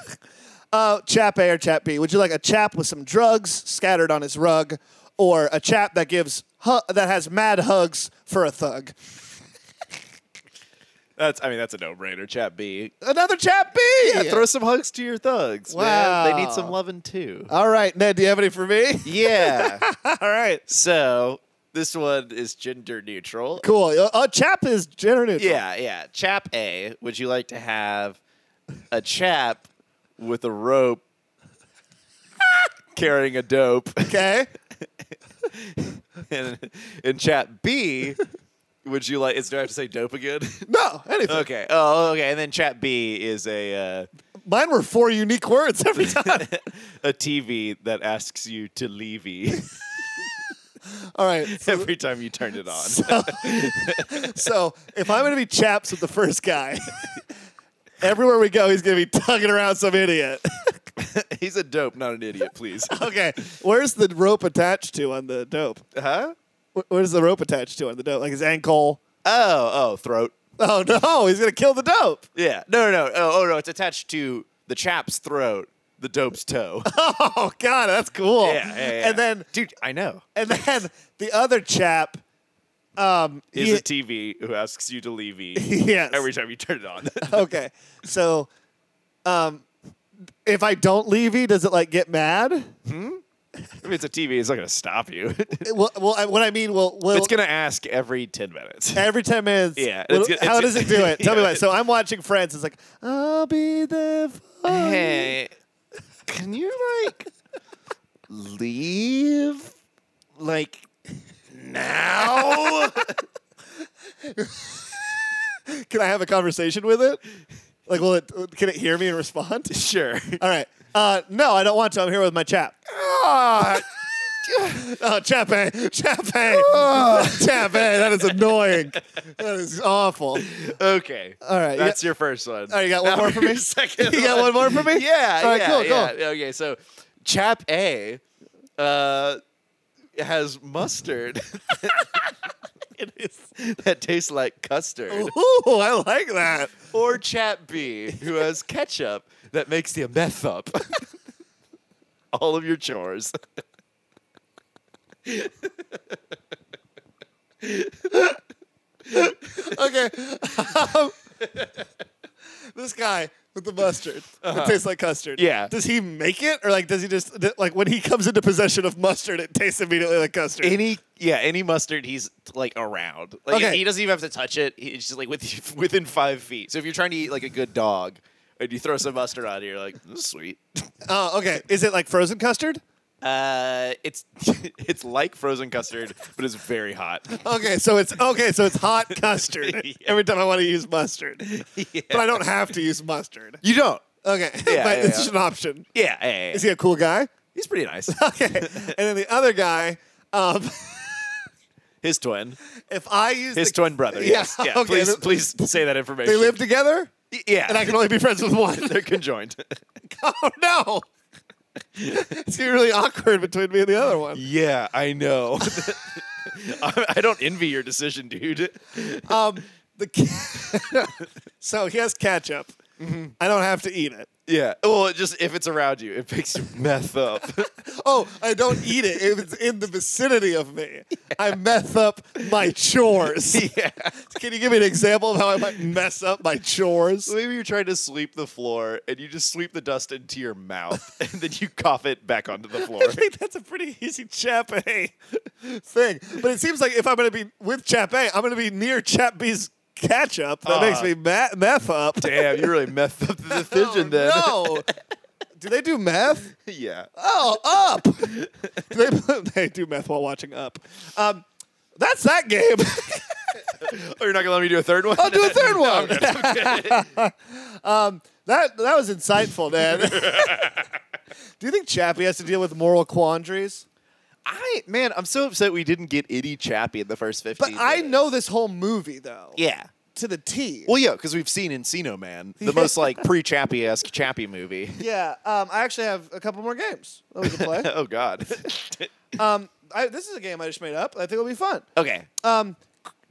Uh, chap A or Chap B? Would you like a chap with some drugs scattered on his rug, or a chap that gives hu- that has mad hugs for a thug? that's I mean that's a no-brainer. Chap B. Another Chap B. Throw some hugs to your thugs. Man. They need some Wow. loving too. All right, Ned. Do you have any for me? Yeah. All right. so this one is gender neutral. Cool. A uh, chap is gender neutral. Yeah, yeah. Chap A, would you like to have a chap with a rope carrying a dope? Okay. and, and chap B, would you like? Is, do I have to say dope again? No. Anything. okay. Oh, okay. And then chap B is a uh, Mine were four unique words every time. a TV that asks you to leave All right. So, every time you turn it on. so if I'm going to be chaps with the first guy, everywhere we go, he's going to be tugging around some idiot. He's a dope, not an idiot. Please. okay. Where's the rope attached to on the dope? huh? Wh- Where's the rope attached to on the dope? Like his ankle? Oh, oh, throat. Oh, no. He's going to kill the dope. Yeah. No, no, no. Oh, oh, no. It's attached to the chap's throat, the dope's toe. Oh, God. That's cool. yeah, yeah, yeah. And then, dude, I know. and then the other chap. Um, Is he- a TV who asks you to leave E yes. every time you turn it on. okay. So, um, if I don't leave you, does it like get mad? if it's a TV, it's not going to stop you. It- Well, well, I- what I mean, well, well it's going to ask every 10 minutes. every ten minutes. Yeah, well, it's gonna- how it's- does it do it? Tell me yeah. what. So I'm watching Friends. It's like I'll be there. For you." Hey, can you like leave? Like now? Can I have a conversation with it? Like, will it? Can it hear me and respond? sure. All right. Uh, no, I don't want to. I'm here with my chap. God. Oh, Chape, Chape, Chape. That is annoying. That is awful. Okay. All right, you That's got- your first one. All right, you got one Now more for me? your Second You got one more for me? Yeah. All right, yeah, cool, cool. yeah. Okay, so Chap A uh, has mustard it is. That tastes like custard. Ooh, I like that. Or Chap B, who has ketchup that makes you meth up. All of your chores. Okay. Um, this guy with the mustard. It tastes like custard. Uh-huh. Yeah. Does he make it? Or like does he just th- like when he comes into possession of mustard, it tastes immediately like custard. Any yeah, any mustard he's like around. Like Okay. he doesn't even have to touch it. He's just like with, within five feet. So if you're trying to eat like a good dog and you throw some mustard on it, you're like, this is sweet. Oh, okay. Is it like frozen custard? Uh, it's it's like frozen custard, but it's very hot. Okay, so it's okay, so it's hot custard. Yeah. Every time I want to use mustard. But I don't have to use mustard. You don't. Okay. Yeah, but yeah, yeah. it's just an option. Yeah, yeah, yeah, Is yeah. he a cool guy? he's pretty nice. Okay. and then the other guy, um, His twin, if I use his the, twin brother. Yeah, Yes. Yeah. okay, Please, th- please say that information. they live together Yeah. and I can only be friends with one. They're conjoined. oh no. it's getting really awkward between me and the other one. yeah, I know. I, I don't envy your decision, dude. Um, the ca- so he has ketchup. Mm-hmm. I don't have to eat it. Yeah. Well, it just if it's around you, it picks you meth up. Oh, I don't eat it if it's in the vicinity of me. I mess up my chores. yeah. Can you give me an example of how I might mess up my chores? Maybe you're trying to sweep the floor and you just sweep the dust into your mouth and then you cough it back onto the floor. I think that's a pretty easy Chap A thing. But it seems like if I'm going to be with Chap A, I'm going to be near Chap B's ketchup. That Ah. makes me ma- meth up. Damn, you really messed up the decision then. Oh, no. do they do meth? yeah. Oh, up. do they, they do meth while watching up. Um, that's that game. Oh, you're not gonna let me do a third one? I'll do a third one. um, that that was insightful, man. do you think Chappie has to deal with moral quandaries? I man, I'm so upset we didn't get Itty Chappie in the first 15. But I minutes. know this whole movie though. Yeah. To the T. Well, yeah, because we've seen Encino Man, the most like pre-Chappie esque Chappie movie. yeah. Um, I actually have a couple more games that we can play. oh God. um, I, this is a game I just made up. I think it'll be fun. okay. Um,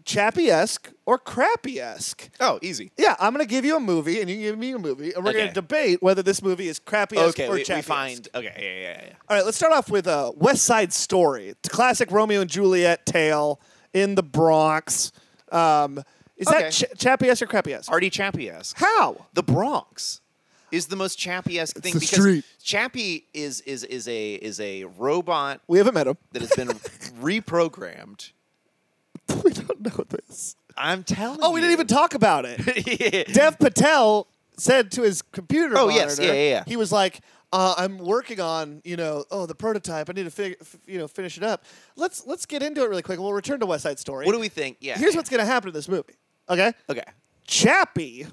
Chappie esque or crappy esque. Oh, easy. Yeah, I'm gonna give you a movie, and you give me a movie, and we're Okay. gonna debate whether this movie is crappy Okay, or we, we Chappie-esque. find. Okay, yeah, yeah, yeah. All right, let's start off with uh, West Side Story, It's a classic Romeo and Juliet tale in the Bronx. Um, is Okay. that ch- Chappie-esque or crappy-esque? Artie Chappie esque. How? The Bronx is the most Chappie esque thing the because street. Chappie is is is a is a robot We haven't met him. that has been reprogrammed. we don't know this. I'm telling. Oh, we didn't even talk about it. even. Dev Patel said to his computer Oh, monitor, yes, yeah, yeah, yeah. he was like, uh, "I'm working on, you know, oh the prototype. I need to, fig- f- you know, finish it up. Let's let's get into it really quick. and We'll return to West Side Story. what do we think? Yeah. Here's what's gonna happen in this movie. Okay, Okay. Chappie,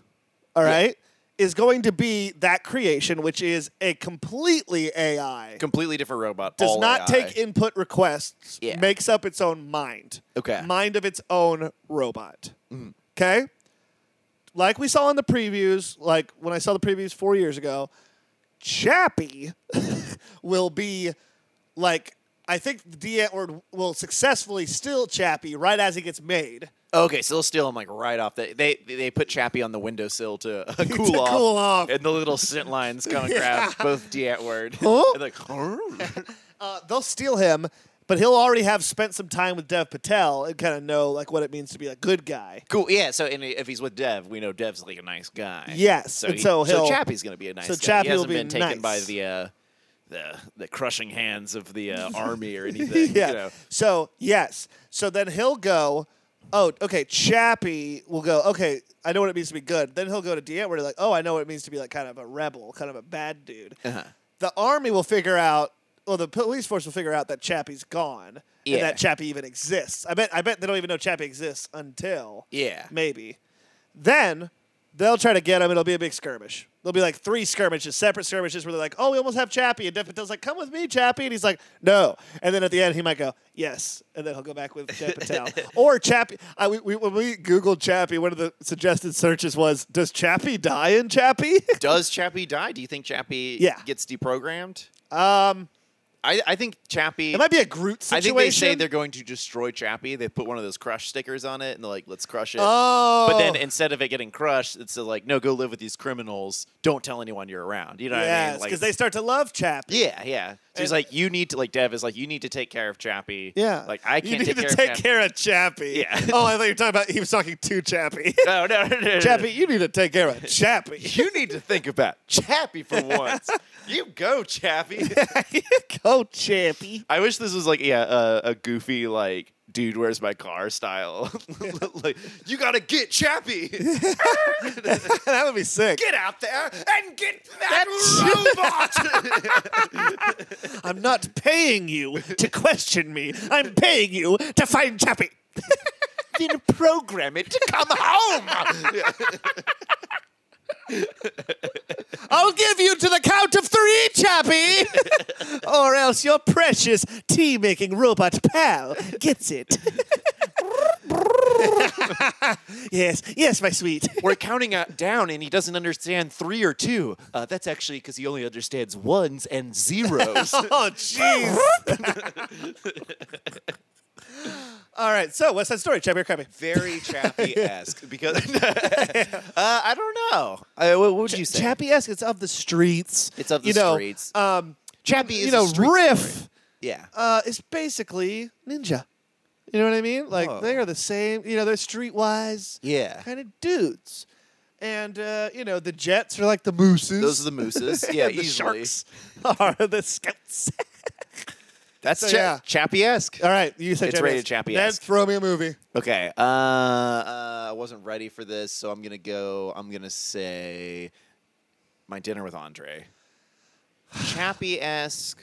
all right, is going to be that creation, which is a completely AI. Completely different robot. does all not AI. take input requests, Yeah. makes up its own mind. Okay. Mm-hmm. Mind of its own robot. Okay? Like we saw in the previews, like when I saw the previews four years ago, Chappie will be like, I think D. Edward will successfully steal Chappie right as he gets made. Okay, so they'll steal him like right off. The, they they put Chappie on the windowsill to uh, cool off. cool off. And the little scent lines come and grab both D at word. Huh? And like, "Arr." Uh, they'll steal him, but he'll already have spent some time with Dev Patel and kind of know like what it means to be a good guy. cool. Yeah. So and if he's with Dev, we know Dev's like a nice guy. Yes, So and he- so he'll- Chappie's gonna be a nice. so guy. Chappie he will hasn't be been taken nice. by the uh, the the crushing hands of the uh, army or anything. yeah. You know. So yes. So then he'll go. Oh, okay. Chappie will go. Okay, I know what it means to be good. Then he'll go to Deant where he's like, oh, I know what it means to be like kind of a rebel, kind of a bad dude. Uh-huh. The army will figure out. Well, the police force will figure out that Chappie's gone Yeah. and that Chappie even exists. I bet. I bet they don't even know Chappie exists until Yeah. maybe. Then they'll try to get him. It'll be a big skirmish. There'll be like three skirmishes, separate skirmishes, where they're like, "Oh, we almost have Chappie," and Dev Patel's like, "Come with me, Chappie," and he's like, "No." And then at the end, he might go, "Yes," and then he'll go back with Dev Patel or Chappie. I, we, we, when we Googled Chappie, one of the suggested searches was, "Does Chappie die in Chappie?" Does Chappie die? Do you think Chappie Yeah. Um, gets deprogrammed? I, I think Chappie. It might be a Groot I situation. think they say they're going to destroy Chappie. They put one of those crush stickers on it, and they're like, "Let's crush it." Oh, But then instead of it getting crushed, it's uh, like, "No, go live with these criminals. Don't tell anyone you're around." You know what I yes, mean? because Like, they start to love Chap. yeah, yeah. So he's And- like, "You need to like Dev is like, you need to take care of Chappie." Yeah, Like I can't you need take to care take of Chappie. care of Chappie. Yeah. oh, I thought you were talking about he was talking to Chappie. No, no, no, no, no, no. Chappie, you need to take care of Chappie. You need to think about Chappie for once. you go, Chappie. Oh, Go Chappie. I wish this was like yeah uh, a goofy like dude where's my car style like you gotta get chappy that would be sick. get out there and get that robot I'm not paying you to question me. I'm paying you to find Chappie. then program it to come home I'll give you to the count of three, Chappie, or else your precious tea-making robot pal gets it. yes, yes, my sweet. we're counting out down and he doesn't understand three or two uh, that's actually because he only understands ones and zeros Oh, jeez. All right, so what's that story, Chappie or Crappie? very chappy-esque because uh, i don't know uh, what, what would you say Chappie-esque. It's of the streets. It's of the you know, streets. Um, chappy is you a know, street riff yeah uh, is basically ninja. You know what I mean? Like Oh. they are the same. You know, they're streetwise yeah kind of dudes. And uh, you know, the Jets are like the mooses. those are the mooses yeah and the easily. sharks are the scouts. That's So, so, yeah. Chappie-esque. All right, you said It's rated Chappie-esque. Then throw me a movie. Okay. Uh, uh, I wasn't ready for this, so I'm gonna go. I'm gonna say my dinner with Andre. Chappie-esque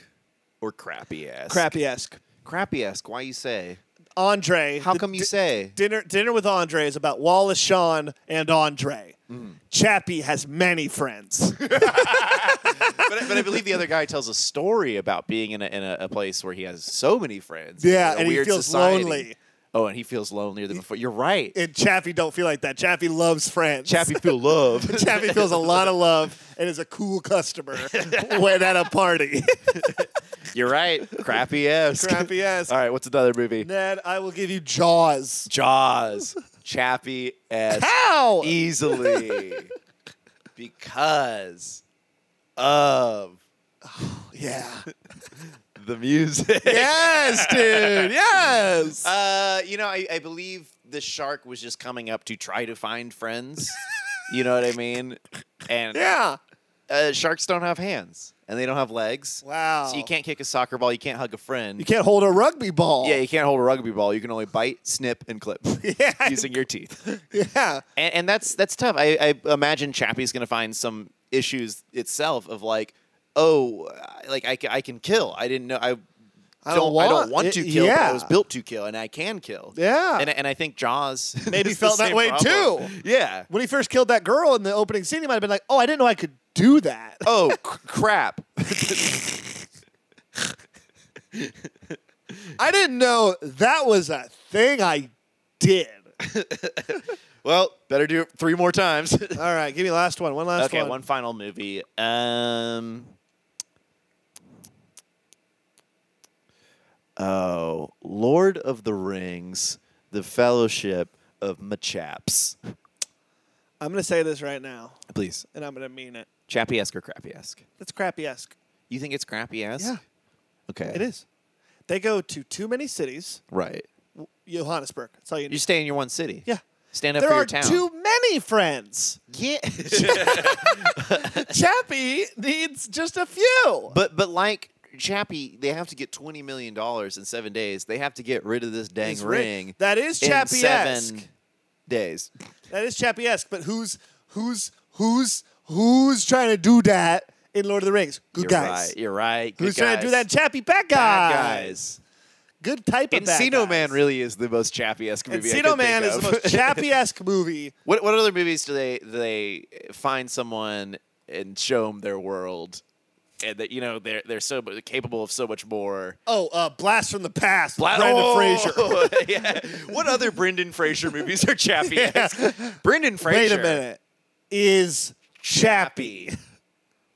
or crappy-esque? Crappy-esque. Crappy-esque. Why you say? Andre. How the come you di- say? Dinner Dinner with Andre is about Wallace Shawn and Andre. Chappie has many friends. but, I- but I believe the other guy tells a story about being in a, in a, a place where he has so many friends. Yeah, in a and he weird feels society. lonely. Oh, and he feels lonelier than before. You're right. and Chappie don't feel like that. Chappie loves friends. Chappie feel love. Chappie feels a lot of love and is a cool customer when at a party. You're right. Crappy-esque. Crappy-esque. All right. What's another movie? Ned, I will give you Jaws. Jaws, Chappie S How? E- easily because of Yeah. the music. yes, dude. Yes. Uh, you know, I, I believe the shark was just coming up to try to find friends. you know what I mean? And yeah. uh, sharks don't have hands and they don't have legs. Wow. So you can't kick a soccer ball. You can't hug a friend. You can't hold a rugby ball. yeah, you can't hold a rugby ball. You can only bite, snip, and clip Yeah. using your teeth. Yeah. and, and that's that's tough. I, I imagine Chappie's going to find some issues itself of like, oh, I- like I, ca- I can kill. I didn't know. I don't. I don't want, it- to kill. But yeah. I was built to kill, and I can kill. Yeah. And I- and I think Jaws Maybe is the felt that same way problem. too. Yeah. When he first killed that girl in the opening scene, he might have been like, "Oh, I didn't know I could do that." Oh c- crap. I didn't know that was a thing I did. Well, better do it three more times. All right, give me the last one. One last okay, one. one final movie. Um. Oh, Lord of the Rings, The Fellowship of Machaps. I'm gonna say this right now, Please, and I'm gonna mean it. chappy esque or crappy esque? That's crappy esque. You think it's crappy esque? Yeah. Okay. It is. They go to too many cities. Right. W- Johannesburg. That's all you need. You stay in your one city. yeah. Stand up There for your are town. too many friends. yeah. Chappie needs just a few. but but like Chappie, they have to get twenty million dollars in seven days. They have to get rid of this dang It's ri- ring. That is in Chappie esque. seven days. That is Chappie esque. But who's who's who's who's trying to do that in Lord of the Rings? Good You're guys. right. You're right. Good Who's trying to guys. do that? in Chappie bad guys. Bad guys. Good type of bad Encino guys. Man really is the most chappy esque movie. I Encino could Man think is the of. most Chappie esque movie. what What other movies do they do they find someone and show them their world, and that you know they're they're so mu- capable of so much more. Oh, uh, Blast from the Past. Bla- Brendan Oh! Fraser. yeah. What other Brendan Fraser movies are chappy esque? Brendan Fraser. Wait a minute. Is Chappie. Chappie.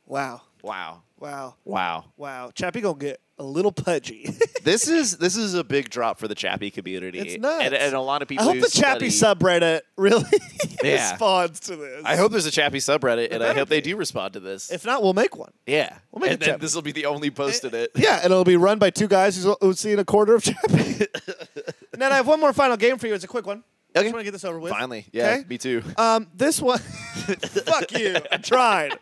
Wow. Wow. Wow. Wow. Wow. Chappie gonna get a little pudgy. this is this is a big drop for the Chappie community. It's nuts. And, and a lot of I people. hope who the Chappie study- subreddit really Yeah. responds to this. I hope there's a Chappie subreddit, and I better hope they do respond to this. If not, we'll make one. yeah, We'll make and a then Chappie. this will be the only post in it. Yeah, and it'll be run by two guys who's- who've seen a quarter of Chappie. and then I have one more final game for you. It's a quick one. I Okay. just want to get this over with. Finally, yeah, Okay? me too. Um, this one. Fuck you. I tried.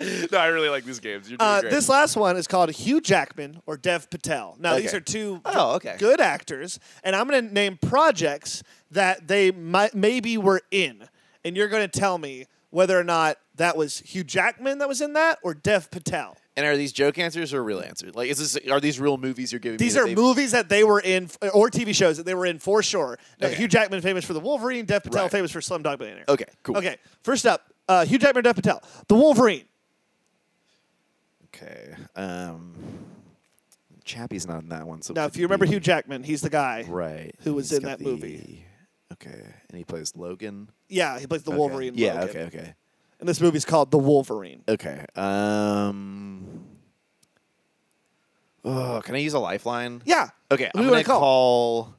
no, I really like these games. You're doing Uh, great. this last one is called Hugh Jackman or Dev Patel. Now, these Okay. are two Oh, okay. good actors, and I'm going to name projects that they might, maybe were in. And you're going to tell me whether or not that was Hugh Jackman that was in that or Dev Patel. and are these joke answers or real answers? Like, is this are these real movies you're giving? me These that are they've- movies that they were in, f- or TV shows that they were in for sure. Now, Okay. Hugh Jackman famous for The Wolverine, Dev Patel Right. famous for Slumdog Millionaire. Okay, cool. Okay, first up, uh, Hugh Jackman, Dev Patel, The Wolverine. Okay. Um, Chappie's not in that one. So Now, could if you remember be- Hugh Jackman, he's the guy. right? who was He's in got that movie. Okay, and he plays Logan. Yeah, he plays the Okay. Wolverine. Yeah. Logan. Okay. Okay. And this movie's called The Wolverine. Okay. Um. Oh, can I use a lifeline? Yeah. Okay, Who I'm do you gonna want to call? call?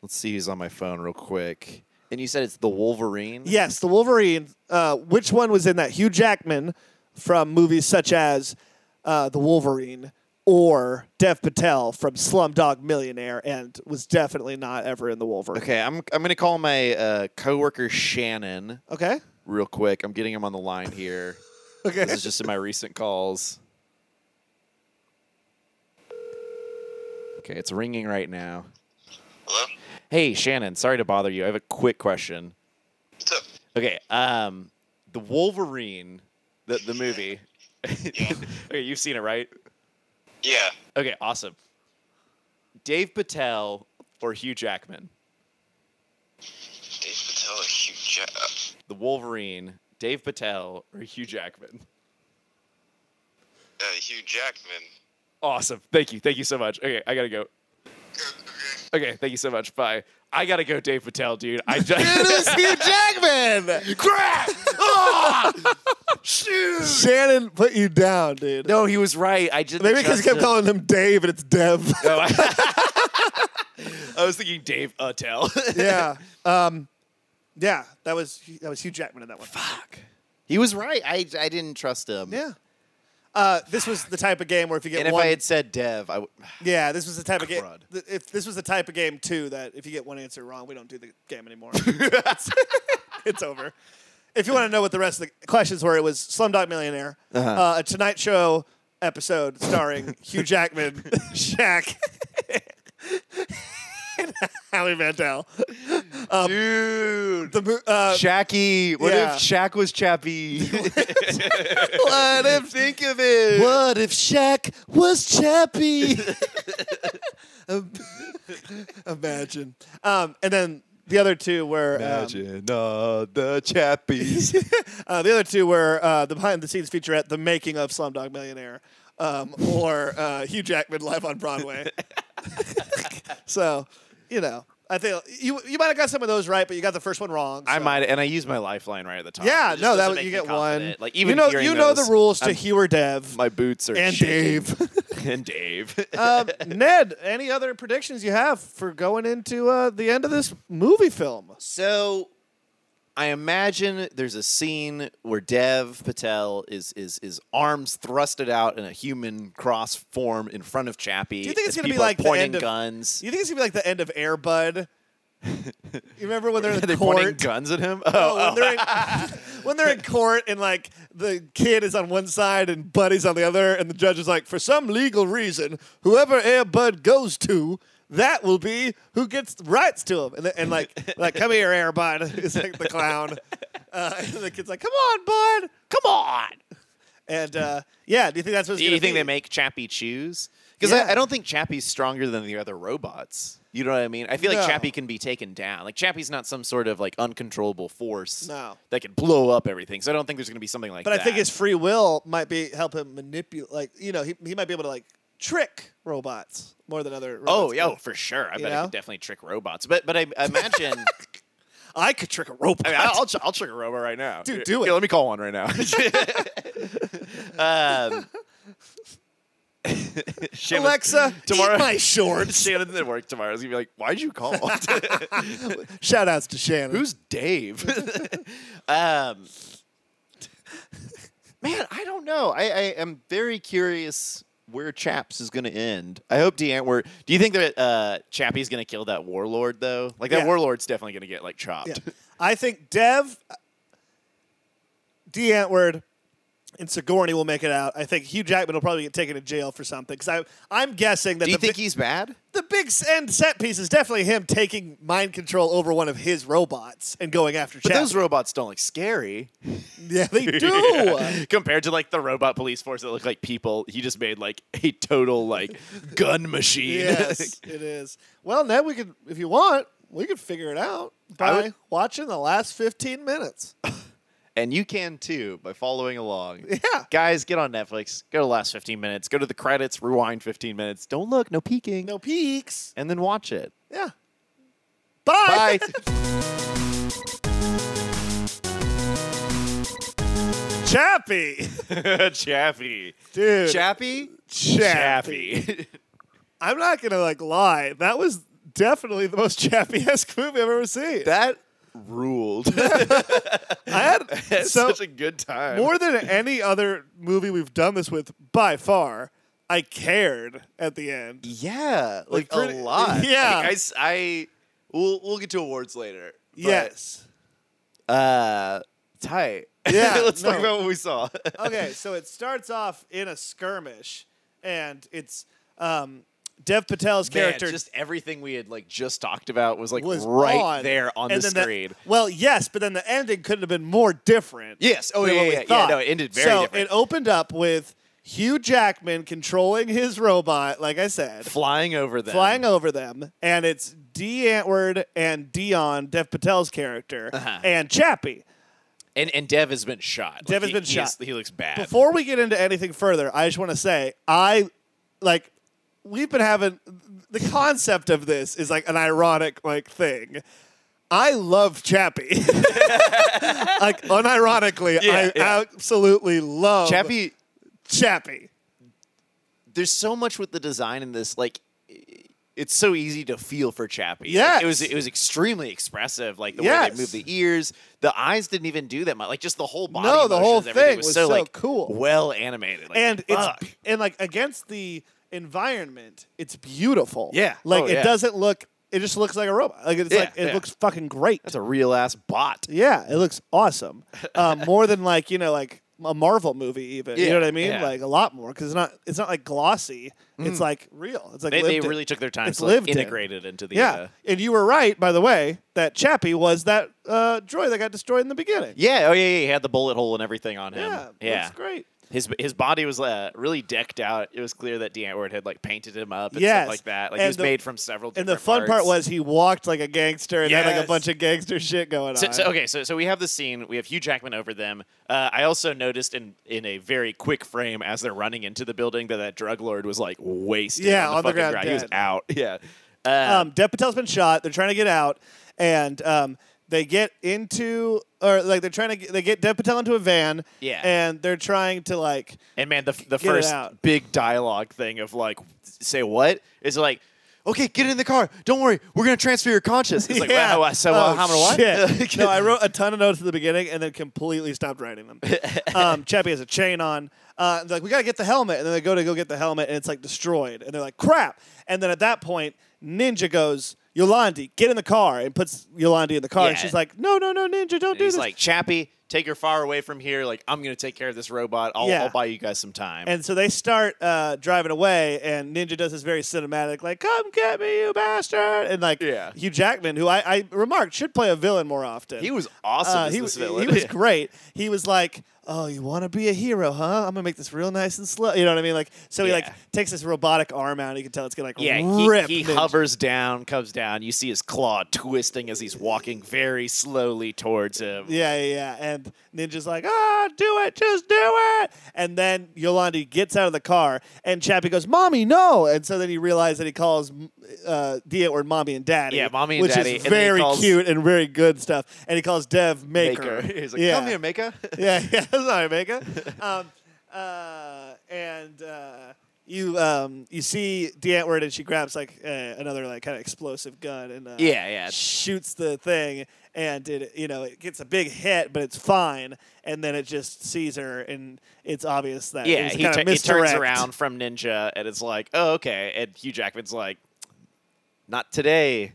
Let's see who's on my phone real quick. And you said it's the Wolverine. Yes, The Wolverine. Uh, which one was in that? Hugh Jackman from movies such as uh, The Wolverine or Dev Patel from Slumdog Millionaire and was definitely not ever in The Wolverine. Okay, I'm I'm gonna call my uh, coworker Shannon Okay. real quick. I'm getting him on the line here. Okay. This is just in my recent calls. Okay, it's ringing right now. Hello? Hey, Shannon, sorry to bother you. I have a quick question. What's up? Okay, um, the Wolverine, the the movie. okay, you've seen it, right? Yeah. Okay, awesome. Dave Patel or Hugh Jackman, Dave Patel or Hugh Jack- uh, the Wolverine. Dave Patel or Hugh Jackman. uh, Hugh Jackman. Awesome. Thank you. Thank you so much. Okay, I gotta go. Okay, thank you so much. Bye. I gotta go, Dave Patel, dude. I just Hugh Jackman! crap. Ah! shoot. Shannon put you down, dude. No, Oh, he was right. I just Maybe because you kept calling him Dave and it's Dev. No, Oh, I, I was thinking Dave Attell. yeah. Um, yeah, that was that was Hugh Jackman in that one. Fuck. He was right. I, I didn't trust him. Yeah. Uh, this was the type of game where if you get And if one, I had said Dev, I w- yeah, this was the type of game. Crud. If this was the type of game too, that if you get one answer wrong, we don't do the game anymore. it's over. If you want to know what the rest of the questions were, it was Slumdog Millionaire, uh Uh-huh. a Tonight Show episode starring Hugh Jackman, Shaq, and Howie Mandel. Dude. The mo- uh, Shacky. What yeah. if Shaq was Chappy? what if Think of it. What if Shaq was Chappy? Um, Imagine. Um, and then the other two were um, all the Chappies. uh, the other two were uh, the behind the scenes featurette, the making of Slumdog Millionaire, um, or uh, Hugh Jackman live on Broadway. so, you know, I think you you might have got some of those right, but you got the first one wrong. I so- might, and I used my lifeline right at the top. It Yeah, just no, doesn't that make you me get one. confident. Like even you know, hearing you know the those, rules to I'm- Hugh or Dev My boots are and shaking. Dave. and Dave. Uh, um, Ned, any other predictions you have for going into uh, the end of this movie film? So I imagine there's a scene where Dev Patel is is is arms thrusted out in a human cross form in front of Chappie. Do you think it's as gonna be people are like the pointing end of- guns? Do you think it's gonna be like the end of Air Bud? you remember when they're in They're pointing court? guns at him. Oh, when, they're in, when they're in court and like the kid is on one side and Buddy's on the other, and the judge is like, for some legal reason, whoever Air Bud goes to, that will be who gets the rights to him. And, the, and like, like, come here, Air Bud is like the clown. Uh, and the kid's like, come on, Bud, come on. And uh, yeah, do you think that's what's Do you gonna think be? they make Chappie choose? Because Yeah. I, I don't think Chappie's stronger than the other robots. You know what I mean? I feel No. like Chappie can be taken down. Like Chappie's not some sort of like uncontrollable force No. that can blow up everything. So I don't think there's going to be something like But that. I think his free will might be help him manipulate. Like you know, he, he might be able to like trick robots more than other. Robots oh could. yeah, oh, for sure. I You bet know? I could definitely trick robots. But but I I imagine. I could trick a robot. I mean, I'll, I'll, tr- I'll trigger Roma right now. Dude, Here- do here, it. let me call one right now. um, Shannon- Alexa, tomorrow- eat my shorts. Shannon at work tomorrow is gonna be like, "Why'd you call? Shout outs to Shannon. Who's Dave?" um, man, I don't know. I, I am very curious where Chaps is gonna end. I hope DeAntwer. Do you think that uh, Chappie's gonna kill that warlord though? Like that Yeah. warlord's definitely gonna get like chopped. Yeah. I think Dev, D. Antword, and Sigourney will make it out. I think Hugh Jackman will probably get taken to jail for something. Because I'm guessing that Do you the, think bi- he's bad? the big s- end set piece is definitely him taking mind control over one of his robots and going after But Chap. those robots don't look scary. yeah, they do. compared to like the robot police force that look like people. He just made like a total like gun machine. Yes, it is. Well, Ned, we could, if you want, we could figure it out by would- watching the last 15 minutes. And you can too by following along. Yeah. Guys, get on Netflix. Go to the last 15 minutes. Go to the credits, rewind 15 minutes. Don't look, no peeking. No peaks. And then watch it. Yeah. Bye. Chappy. Chaffee. Dude. Chappie? Chappy. I'm not going to like lie. That was definitely the most Chappy-esque movie I've ever seen. That ruled. I had so Such a good time. more than any other movie we've done this with by far. I cared at the end. yeah. Like, pretty- a lot. Yeah. Like, I, s- I- we'll, we'll get to awards later. but, yes. Uh, tight. Yeah, Let's talk no. about what we saw. okay, so it starts off in a skirmish, and it's um, Dev Patel's character Man, just everything we had like just talked about was like was right on, there on and the then screen. well, yes, but then the ending couldn't have been more different. Yes. Oh, yeah, than what yeah, we yeah. Yeah, thought. no, it ended very so different. it opened up with Hugh Jackman controlling his robot, like I said, flying over them. flying over them, and it's D. Antword and Dion, Dev Patel's character, Uh-huh. and Chappie. And and Dev has been shot. Dev has he- been he shot. is- he looks bad. Before we get into anything further, I just want to say I like we've been having the concept of this is like an ironic like thing. I love Chappie. like unironically, I yeah. absolutely love Chappie, Chappie. there's so much with the design in this. Like, it's so easy to feel for Chappie. Like, Yes. it was it was extremely expressive. Like the way Yes. they moved the ears, the eyes didn't even do that much. Like just the whole body. No, the whole motions, everything thing was so like, cool. well animated. Like, and fuck. it's and like against the environment, it's beautiful. Yeah. like Oh, it yeah. doesn't look. It just looks like a robot. Like it's Yeah, like it yeah. looks fucking great. that's a real ass bot. Yeah, it looks awesome. Um, more than like you know like a Marvel movie even. you Yeah, know what I mean? yeah. Mm. Like a lot more because it's not it's not like glossy. It's like real. It's like They, they lived in. really took their time It's to like, lived in. integrate it into the. yeah. Uh, and you were right by the way that Chappie was that uh, droid that got destroyed in the beginning. yeah. Oh yeah. yeah, He had the bullet hole and everything on him. yeah, looks great. His his body was uh, really decked out. It was clear that DeAntwoord had like painted him up and Yes. stuff like that. Like And it was the- made from several. And Different the fun part parts. was he walked like a gangster and had like a Yes. bunch of gangster shit going So, on. so okay, so so we have the scene. We have Hugh Jackman over them. Uh, I also noticed in in a very quick frame as they're running into the building that that drug lord was like wasted. Yeah, on the, on the fucking ground ground. He was dead. out. Yeah. um, Dev Patel's been shot. They're trying to get out, and um, they get into or like they're trying to get, they get Dev Patel into a van. Yeah. and they're trying to like And man, the the Get it first out. big dialogue thing of like, say what is like. Okay, get in the car. Don't worry, we're gonna transfer your conscience. It's like, wow, wow, so uh, Oh, how many what? shit. no, I wrote a ton of notes at the beginning and then completely stopped writing them. um, Chappie has a chain on. Uh, they're like, we gotta get the helmet, and then they go to go get the helmet, and it's like destroyed, and they're like, crap. And then at that point, Ninja goes, Yolandi, get in the car, and puts Yolandi in the car, and Yeah. she's like, no, no, no, Ninja, don't And do he's this. like, Chappie, take her far away from here. Like, I'm gonna take care of this robot. I'll, Yeah. I'll buy you guys some time. and so they start uh, driving away, and Ninja does this very cinematic, like "Come get me, you bastard!" and like Yeah. Hugh Jackman, who I, I remarked should play a villain more often. he was awesome Uh, as he, this was- villain. he was great. He was like, "Oh, you want to be a hero, huh? I'm gonna make this real nice and slow." You know what I mean? Like, so he like Yeah. takes this robotic arm out. And you can tell it's gonna like yeah, rip. he, he Ninja. hovers down, comes down. You see his claw twisting as he's walking very slowly towards uh, him. Yeah, yeah, yeah. And Ninja's like, "Ah, do it, just do it." And then Yolandi gets out of the car, and Chappie goes, "Mommy, no!" And so then he realizes that he calls uh, Dia or mommy and daddy. Yeah, mommy and which daddy, is and then he very calls- cute and very good stuff. And he calls Dev Maker. He's like, Yeah. come here, Maker. yeah, yeah. Sorry, Mega. Um, uh, and uh, you um, you see the Antwoord and she grabs like uh, another like kind of explosive gun and uh, Yeah, yeah. shoots the thing and it you know it gets a big hit but it's fine and then it just sees her and it's obvious that it Yeah, was he, kind tu- of he turns misdirect. around from Ninja and it's like, oh, okay. And Hugh Jackman's like, not today.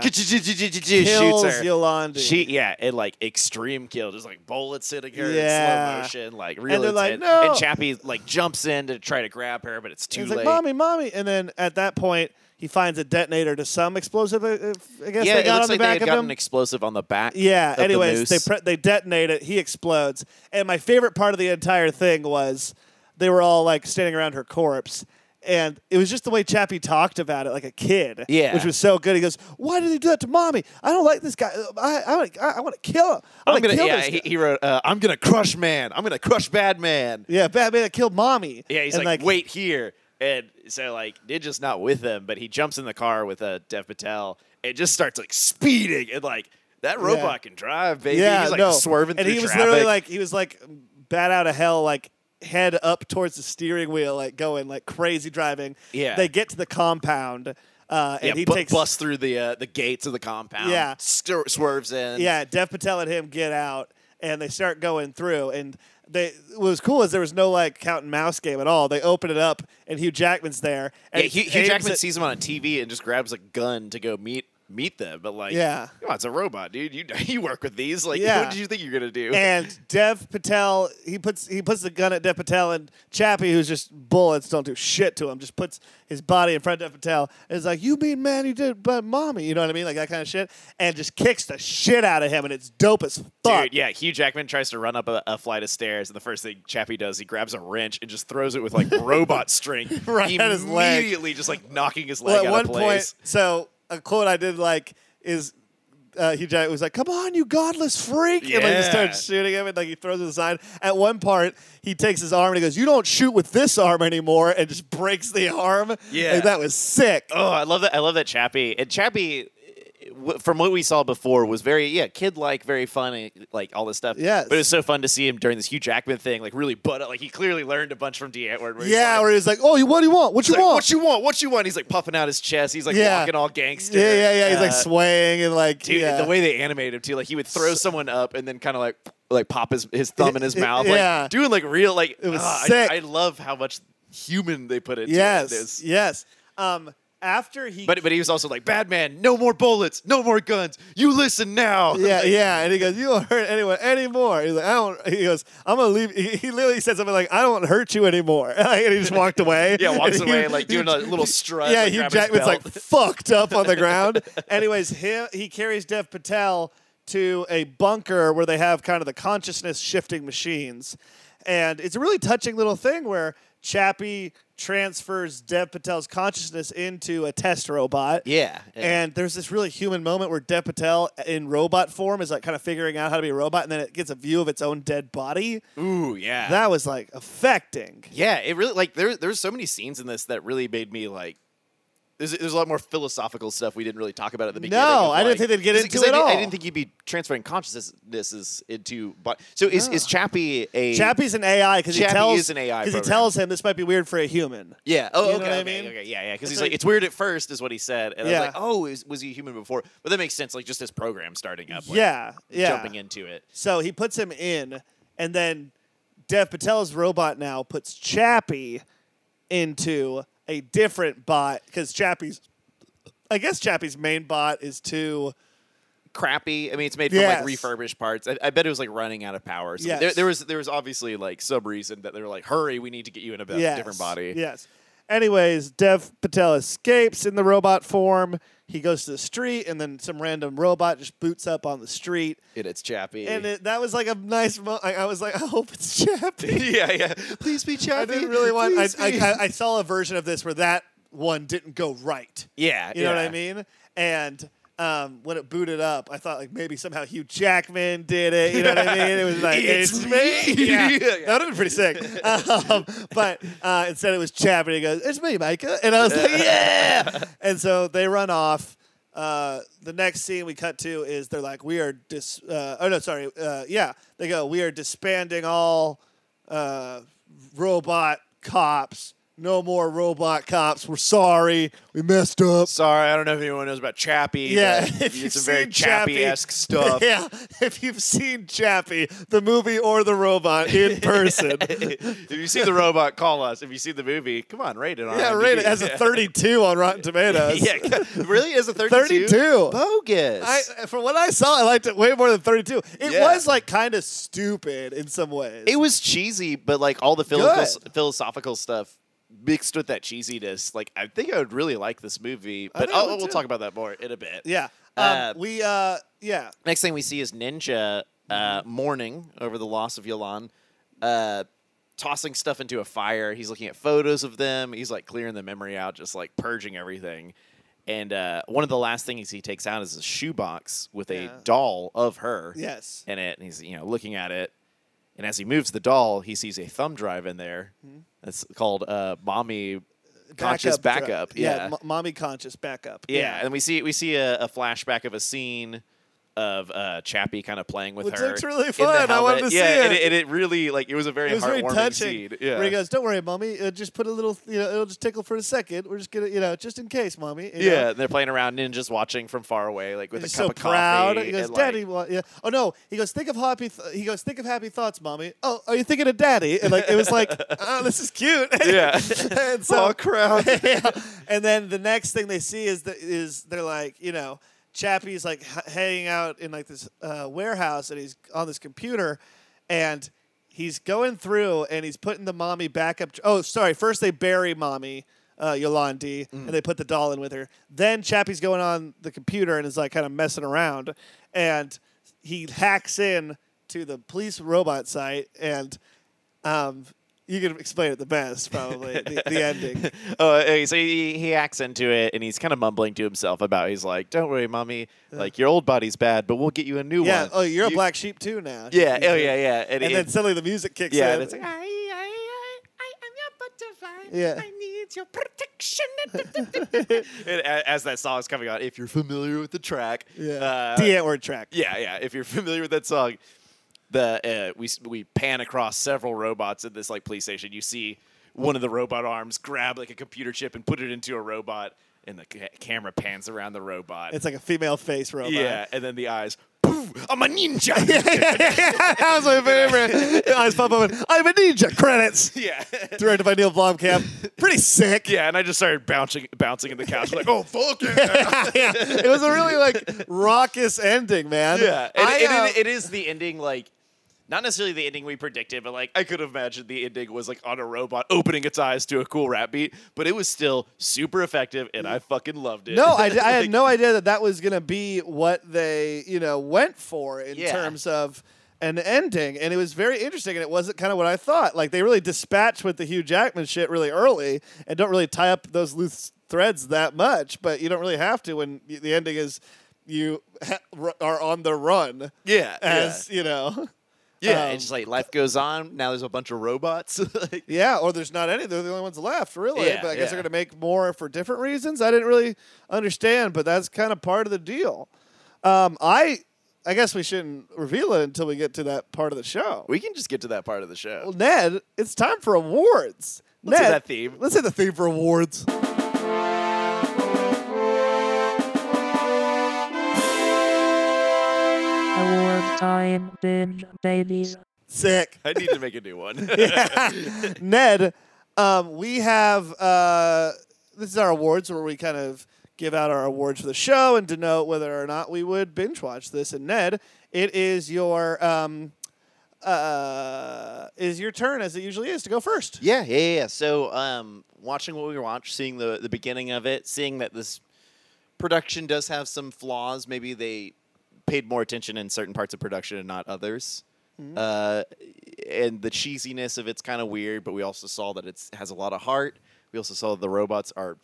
Shoots kills her. Yolandi She yeah, it like extreme kill, just like bullets hitting her Yeah. in slow motion, like real they're like, intense. "No." And Chappie like jumps in to try to grab her, but it's too He's late. like, "Mommy, mommy!" And then at that point, he finds a detonator to some explosive. uh, uh, I guess yeah, they it looks got on the like they back had of gotten him. an explosive on the back. yeah. of the Anyways, they moose. pre- they detonate it. He explodes. And my favorite part of the entire thing was they were all like standing around her corpse. And it was just the way Chappie talked about it, like a kid, Yeah. which was so good. He goes, "Why did he do that to mommy? I don't like this guy. I I, wanna- I, I want to kill him. I I'm want to gonna kill yeah, this he, guy. he wrote, uh, I'm gonna crush man. I'm gonna crush bad man. yeah, Batman that killed mommy. Yeah, he's And, like, wait here. And so like Ninja's not with them, but he jumps in the car with uh, Dev Patel and just starts like speeding and like that robot can drive, baby. Yeah, he's like no. swerving and through he was traffic. literally like he was like bat out of hell, like head up towards the steering wheel, like going like crazy driving. Yeah. they get to the compound, uh, and yeah, he bu- takes busts through the uh, the gates of the compound. Yeah. stir- swerves in. yeah, Dev Patel and him get out, and they start going through. And they what was cool is there was no like cat and mouse game at all. They open it up, and Hugh Jackman's there. And yeah. Hugh, Hugh aims Jackman at- sees him on a TV and just grabs a gun to go meet meet them. But like, Yeah. come on, it's a robot, dude. You you work with these. Like, Yeah. what did you think you're gonna do? and Dev Patel, he puts he puts the gun at Dev Patel, and Chappie, who's just bullets don't do shit to him, just puts his body in front of Dev Patel, and is like, "You mean man, you did, but mommy," you know what I mean, like that kind of shit, and just kicks the shit out of him, and it's dope as fuck. Dude, yeah, Hugh Jackman tries to run up a, a flight of stairs, and the first thing Chappie does, he grabs a wrench and just throws it with like robot strength Right at his leg. immediately just like knocking his leg Well, out at one of place. point, so a quote I did like is. Uh, Hugh Jackman was like, "Come on, you godless freak!" And like, he Yeah. starts shooting him, and like he throws him aside. At one part, he takes his arm and he goes, "You don't shoot with this arm anymore," and just breaks the arm. Yeah. Like, that was sick. Oh, I love that! I love that Chappie and Chappie. eh, w- From what we saw before, was very yeah kid like, very funny, like all this stuff. Yes. but it was so fun to see him during this Hugh Jackman thing, like really butt up. Like he clearly learned a bunch from D. Antwoord. where he's Yeah, like, where he's like, "Oh, you what do you want? What you He's like, want?" what you want? What you want? He's like puffing out his chest. He's like Yeah. walking all gangster. yeah, yeah, yeah. He's like Uh, swaying and like, Dude, yeah. the way they animated him too, like he would throw someone up and then kind of like like pop his, his thumb in his Y- y- mouth, yeah. like doing like real like It was ah, I- sick. I, love how much human they put into yes, it. It's- yes. Um, after he, But but he was also like bad man, no more bullets, no more guns. You listen now. yeah, Like, yeah, and he goes, "You don't hurt anyone anymore." He's like, "I don't." He goes, "I'm gonna leave." He, he literally said something like, "I don't hurt you anymore," and he just walked away. yeah. Walks And he- away like he- doing a little strut. yeah, like, Hugh grabbing his Jackman's like belt. fucked up on the ground. Anyways, him he carries Dev Patel to a bunker where they have kind of the consciousness shifting machines, and it's a really touching little thing where Chappie transfers Dev Patel's consciousness into a test robot. yeah, yeah. And there's this really human moment where Dev Patel in robot form is like kind of figuring out how to be a robot, and then it gets a view of its own dead body. ooh yeah. That was like affecting. Yeah, it really like there. There's so many scenes in this that really made me like. There's, there's a lot more philosophical stuff we didn't really talk about at the beginning. No, of, I didn't like- think they'd get 'cause- into 'cause I it didn't- I all. didn't think you'd be transferring consciousnesses into. But so is Ah. is Chappie a Chappie's an AI because he Chappie tells is an AI because he program. tells him this might be weird for a human. Yeah. Oh, You know okay, what I okay, mean? okay, Yeah, yeah. Because It's he's like, like- it's weird at first, is what he said, and I Yeah. was like, oh, is, was he human before? But that makes sense. Like just his program starting up. Like, yeah, yeah. Jumping into it. So he puts him in, and then Dev Patel's robot now puts Chappie into a different bot because Chappie's, I guess Chappie's main bot is too. crappy. I mean, it's made from Yes. like refurbished parts. I, I bet it was like running out of power. So Yes. there, there was there was obviously like some reason that they were like, "Hurry, we need to get you in a be- yes, different body." Yes. Anyways, Dev Patel escapes in the robot form. He goes to the street, and then some random robot just boots up on the street. And it's Chappie. And it, that was like a nice moment. I I was like, I hope it's Chappie. yeah, yeah. Please be Chappie. I didn't really want. I, Please I, be. I, I saw a version of this where that one didn't go right. yeah, You know what I yeah. mean? And um, when it booted up, I thought like maybe somehow Hugh Jackman did it. You know what I mean? It was like It's me. me. Yeah, Yeah. that would have been pretty sick. Um, but uh, instead, it was Chapman. He goes, "It's me, Micah," and I was like, "Yeah!" and so they run off. Uh, the next scene we cut to is they're like, "We are dis." Uh, oh no, sorry. Uh, yeah, they go, "We are disbanding all uh, robot cops." no more robot cops. We're sorry. We messed up. Sorry, I don't know if anyone knows about Chappie. Yeah, but if you've it's some very seen Chappie- Chappie esque stuff. Yeah, if you've seen Chappie, the movie or the robot in person. if you see the robot, call us. If you see the movie, come on, rate it on. yeah, rated as a 32 on Rotten Tomatoes. yeah, really? As a 32? 32. Bogus. I, from what I saw, I liked it way more than 32. It Yeah. was like kind of stupid in some ways. it was cheesy, but like all the Good. philo- philosophical stuff mixed with that cheesiness. Like, I think I would really like this movie, but think I I'll- would we'll too. talk about that more in a bit. yeah. Um, Uh, we, uh, yeah. Next thing we see is Ninja uh, mourning over the loss of Yolan, uh, tossing stuff into a fire. He's looking at photos of them. He's like clearing the memory out, just like purging everything. And uh, one of the last things he takes out is a shoebox with Yeah. a doll of her Yes. in it. And he's you know looking at it. And as he moves the doll, he sees a thumb drive in there. That's called uh, "Mommy Conscious Hmm. Backup. Backup." dra- yeah. mo- mommy conscious backup. Yeah, and we see we see a, a flashback of a scene of uh, Chappie kind of playing with Which her. looks really in the fun. I wanted helmet. to yeah, see And it. it, and it really like it was a very It was very heartwarming touching. scene. Where he Yeah. goes, "Don't worry, mommy. Uh, just put a little, you know, it'll just tickle for a second. We're just gonna, you know, just in case, mommy." you know? Yeah, and they're playing around ninjas watching from far away, like with He's a cup so of proud. coffee. He goes, and, like- "Daddy, wa- yeah." Oh no, he goes, "Think of happy." Th- he goes, "Think of happy thoughts, mommy." Oh, are you thinking of daddy? And like it was like, "Oh, this is cute." Yeah. and so, oh crap. And then the next thing they see is the, is they're like, you know, Chappie's like h- hanging out in like this uh, warehouse, and he's on this computer, and. He's going through and he's putting the mommy back up. Oh, sorry. First they bury mommy, uh, Yolandi, and they put the doll in with her. Then Chappie's going on the computer and is like kind of messing around, and he hacks in to the police robot site, and um, you can explain it the best probably the, the ending. Oh, hey, so he, he hacks into it and he's kind of mumbling to himself about. He's like, "Don't worry, mommy. Like your old body's bad, but we'll get you a new Yeah. one." Oh, you're a You- black sheep too now. Yeah. You Oh, do. yeah, yeah. And, then suddenly the music kicks yeah, in. and it's like, "Ah, yeah. and a- as that song is coming on, if you're familiar with the track, Yeah. uh, the Antwoord track. yeah, yeah, if you're familiar with that song, the uh, we s- we pan across several robots at this like police station. You see one of the robot arms grab like a computer chip and put it into a robot, and the ca- camera pans around the robot. It's like a female face robot. yeah, and then the eyes. "Poof, I'm a ninja. that was my favorite. Eyes pop open. I'm a ninja. Credits. yeah, Directed by Neil Blomkamp. Pretty sick. yeah. And I just started bouncing, bouncing in the couch. like, oh fuck yeah. yeah, it was a really like raucous ending, man. Yeah, it, I, it- uh, it- it is the ending like. Not necessarily the ending we predicted, but like I could have imagined the ending was like on a robot opening its eyes to a cool rap beat, but it was still super effective and I fucking loved it. no, I, d- I had Like, no idea that that was gonna be what they you know went for in Yeah. terms of an ending, and it was very interesting, and it wasn't kind of what I thought. Like they really dispatch with the Hugh Jackman shit really early, and don't really tie up those loose threads that much, but you don't really have to when y- the ending is you ha- r- are on the run Yeah, as you know. yeah, yeah. um, it's just like life goes on. Now there's a bunch of robots. Like, Yeah, or there's not any. They're the only ones left, really. Yeah, but I guess they're yeah. going to make more for different reasons. I didn't really understand, but that's kind of part of the deal. Um, I, I guess we shouldn't reveal it until we get to that part of the show. we can just get to that part of the show. Well, Ned, it's time for awards. Let's hit Ned, that theme. Let's hit the theme for awards. Award time, binge babies. Sick. I need to make a new one. Ned, um, we have uh, this is our awards where we kind of give out our awards for the show and denote whether or not we would binge watch this. And Ned, it is your um, uh, is your turn as it usually is to go first. Yeah, yeah, yeah. yeah. So, um, watching what we watched, seeing the the beginning of it, seeing that this production does have some flaws. Maybe they paid more attention in certain parts of production and not others. Uh, and the cheesiness of it's kind of weird, but we also saw that it has a lot of heart. We also saw that the robots are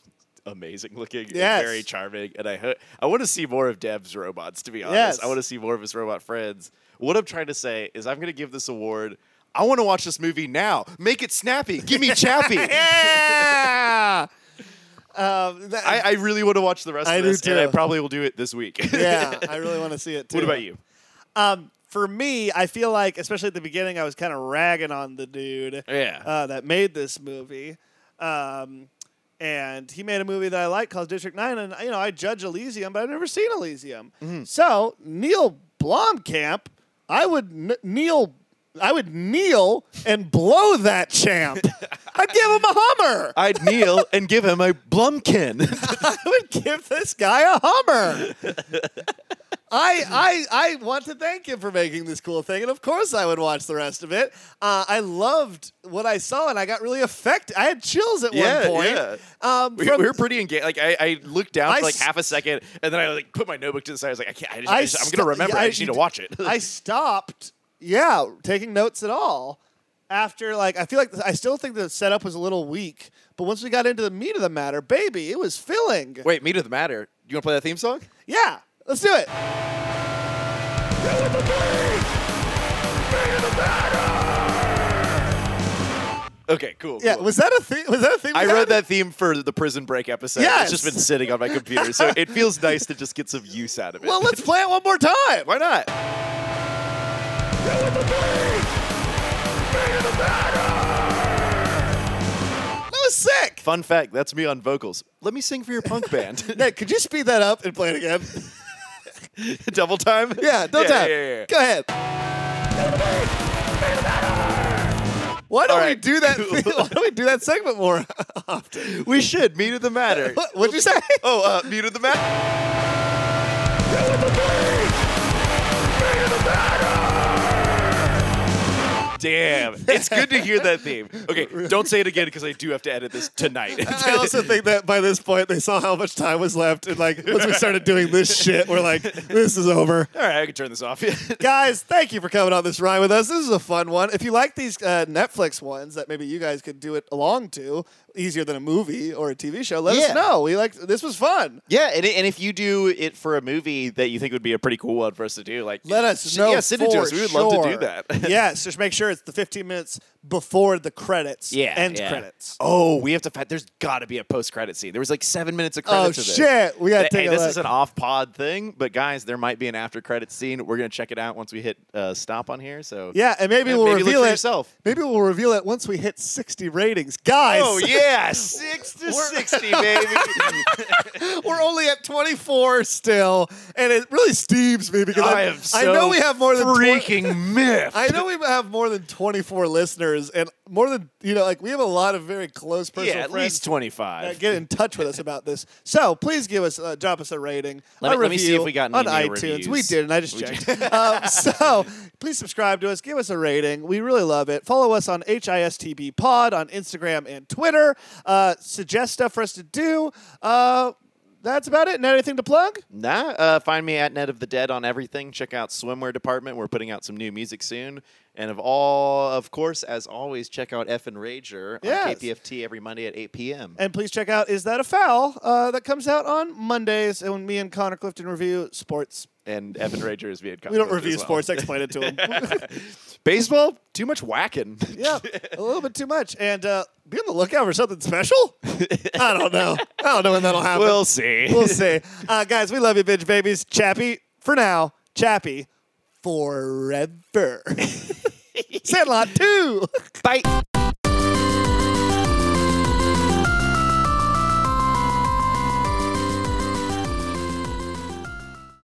amazing looking, and Yes. very charming, and I ho- I want to see more of Deb's robots. To be honest, Yes. I want to see more of his robot friends. What I'm trying to say is, I'm going to give this award. I want to watch this movie now. Make it snappy. Give me Chappie. Yeah. um, that- I, I really want to watch the rest I of do this, and I too. probably will do it this week. yeah, I really want to see it too. what about you? Um, for me, I feel like, especially at the beginning, I was kind of ragging on the dude Yeah. uh, that made uh, this movie. Um, and he made a movie that I like called District Nine, and you know I judge Elysium, but I've never seen Elysium. So Neil Blomkamp, I would n- kneel, I would kneel and blow that champ. I'd give him a Hummer. I'd kneel and give him a Blumkin. I would give this guy a Hummer. I, I I want to thank him for making this cool thing, and of course I would watch the rest of it. Uh, I loved what I saw, and I got really affected. I had chills at Yeah, one point. yeah. Um, We, from- we were pretty engaged. Like I, I looked down I for like s- half a second, and then I like put my notebook to the side. I was like, I can't. I just, I I just, I'm sto- gonna remember. yeah, I, I- just need to watch it. I stopped, yeah, taking notes at all after like I feel like I still think the setup was a little weak, but once we got into the meat of the matter, baby, it was filling. Wait, meat of the matter. You wanna play that theme song? Yeah, let's do it. Okay, cool. Yeah, cool. was that a thing? Was that a thing? we I had? wrote that theme for the Prison Break episode. Yes. It's just been sitting on my computer, so it feels nice to just get some use out of it. Well, let's play it one more time. why not? That was sick. Fun fact, that's me on vocals. Let me sing for your punk band. Nick, could you speed that up and play it again? Double time? yeah, don't yeah, tap. yeah, yeah, yeah. Go ahead. Why don't we right, do that? Why don't we do that segment more? We should. Meat of the matter. what, what'd you say? oh, uh, meat of the matter. Damn, it's good to hear that theme. Okay, don't say it again because I do have to edit this tonight. I also think that by this point they saw how much time was left, and like once we started doing this shit, we're like, this is over. All right, I can turn this off. guys, thank you for coming on this ride with us. This is a fun one. If you like these uh, Netflix ones that maybe you guys could do it along to, easier than a movie or a TV show, let us Yeah. know. We like this was fun. yeah, and, i- and if you do it for a movie that you think would be a pretty cool one for us to do, like Let us sh- know. Yeah, send it to for us. We would love to do sure. that. yes, just make sure it's the 15 minutes before the credits. Yeah, end yeah. credits. Oh, we have to. Find, there's got to be a post-credit scene. There was like seven minutes of Oh, credits. of this. shit, we gotta Th- take hey, a this look. is an off-pod thing, but guys, there might be an after-credit scene. We're gonna check it out once we hit uh, stop on here. So Yeah, and maybe Yeah, we'll maybe look reveal for it. yourself. Maybe we'll reveal it once we hit 60 ratings, guys. Oh yeah, six to sixty, baby. We're only at 24 still, and it really steams me because I I'm- am I know so we have more than 20 Freaking myth. I know we have more than 24 listeners, and more than you know, like we have a lot of very close personal yeah, at friends least twenty-five. that get in touch with us about this. So please give us, uh, drop us a rating. Let a me- let me see review if we got any on new iTunes. We reviews. didn't. I just checked. um, so please subscribe to us. Give us a rating. We really love it. Follow us on HISTB Pod on Instagram and Twitter. Uh, suggest stuff for us to do. Uh, that's about it. Not anything to plug? Nah, uh, find me at Net of the Dead on everything. Check out Swimwear Department. We're putting out some new music soon. And of all, of course, as always, check out F and Rager on Yes. KPFT every Monday at 8 p.m. And please check out Is That a Foul? Uh, that comes out on Mondays, and me and Connor Clifton review sports. And F and Rager is being We don't review sports, I explain it to him. Baseball, too much whacking. yeah, a little bit too much. And uh, be on the lookout for something special. I don't know. I don't know when that'll happen. we'll see. We'll see. Uh, guys, we love you, bitch babies. Chappie, for now. Chappie, forever. Sandlot 2. Bye.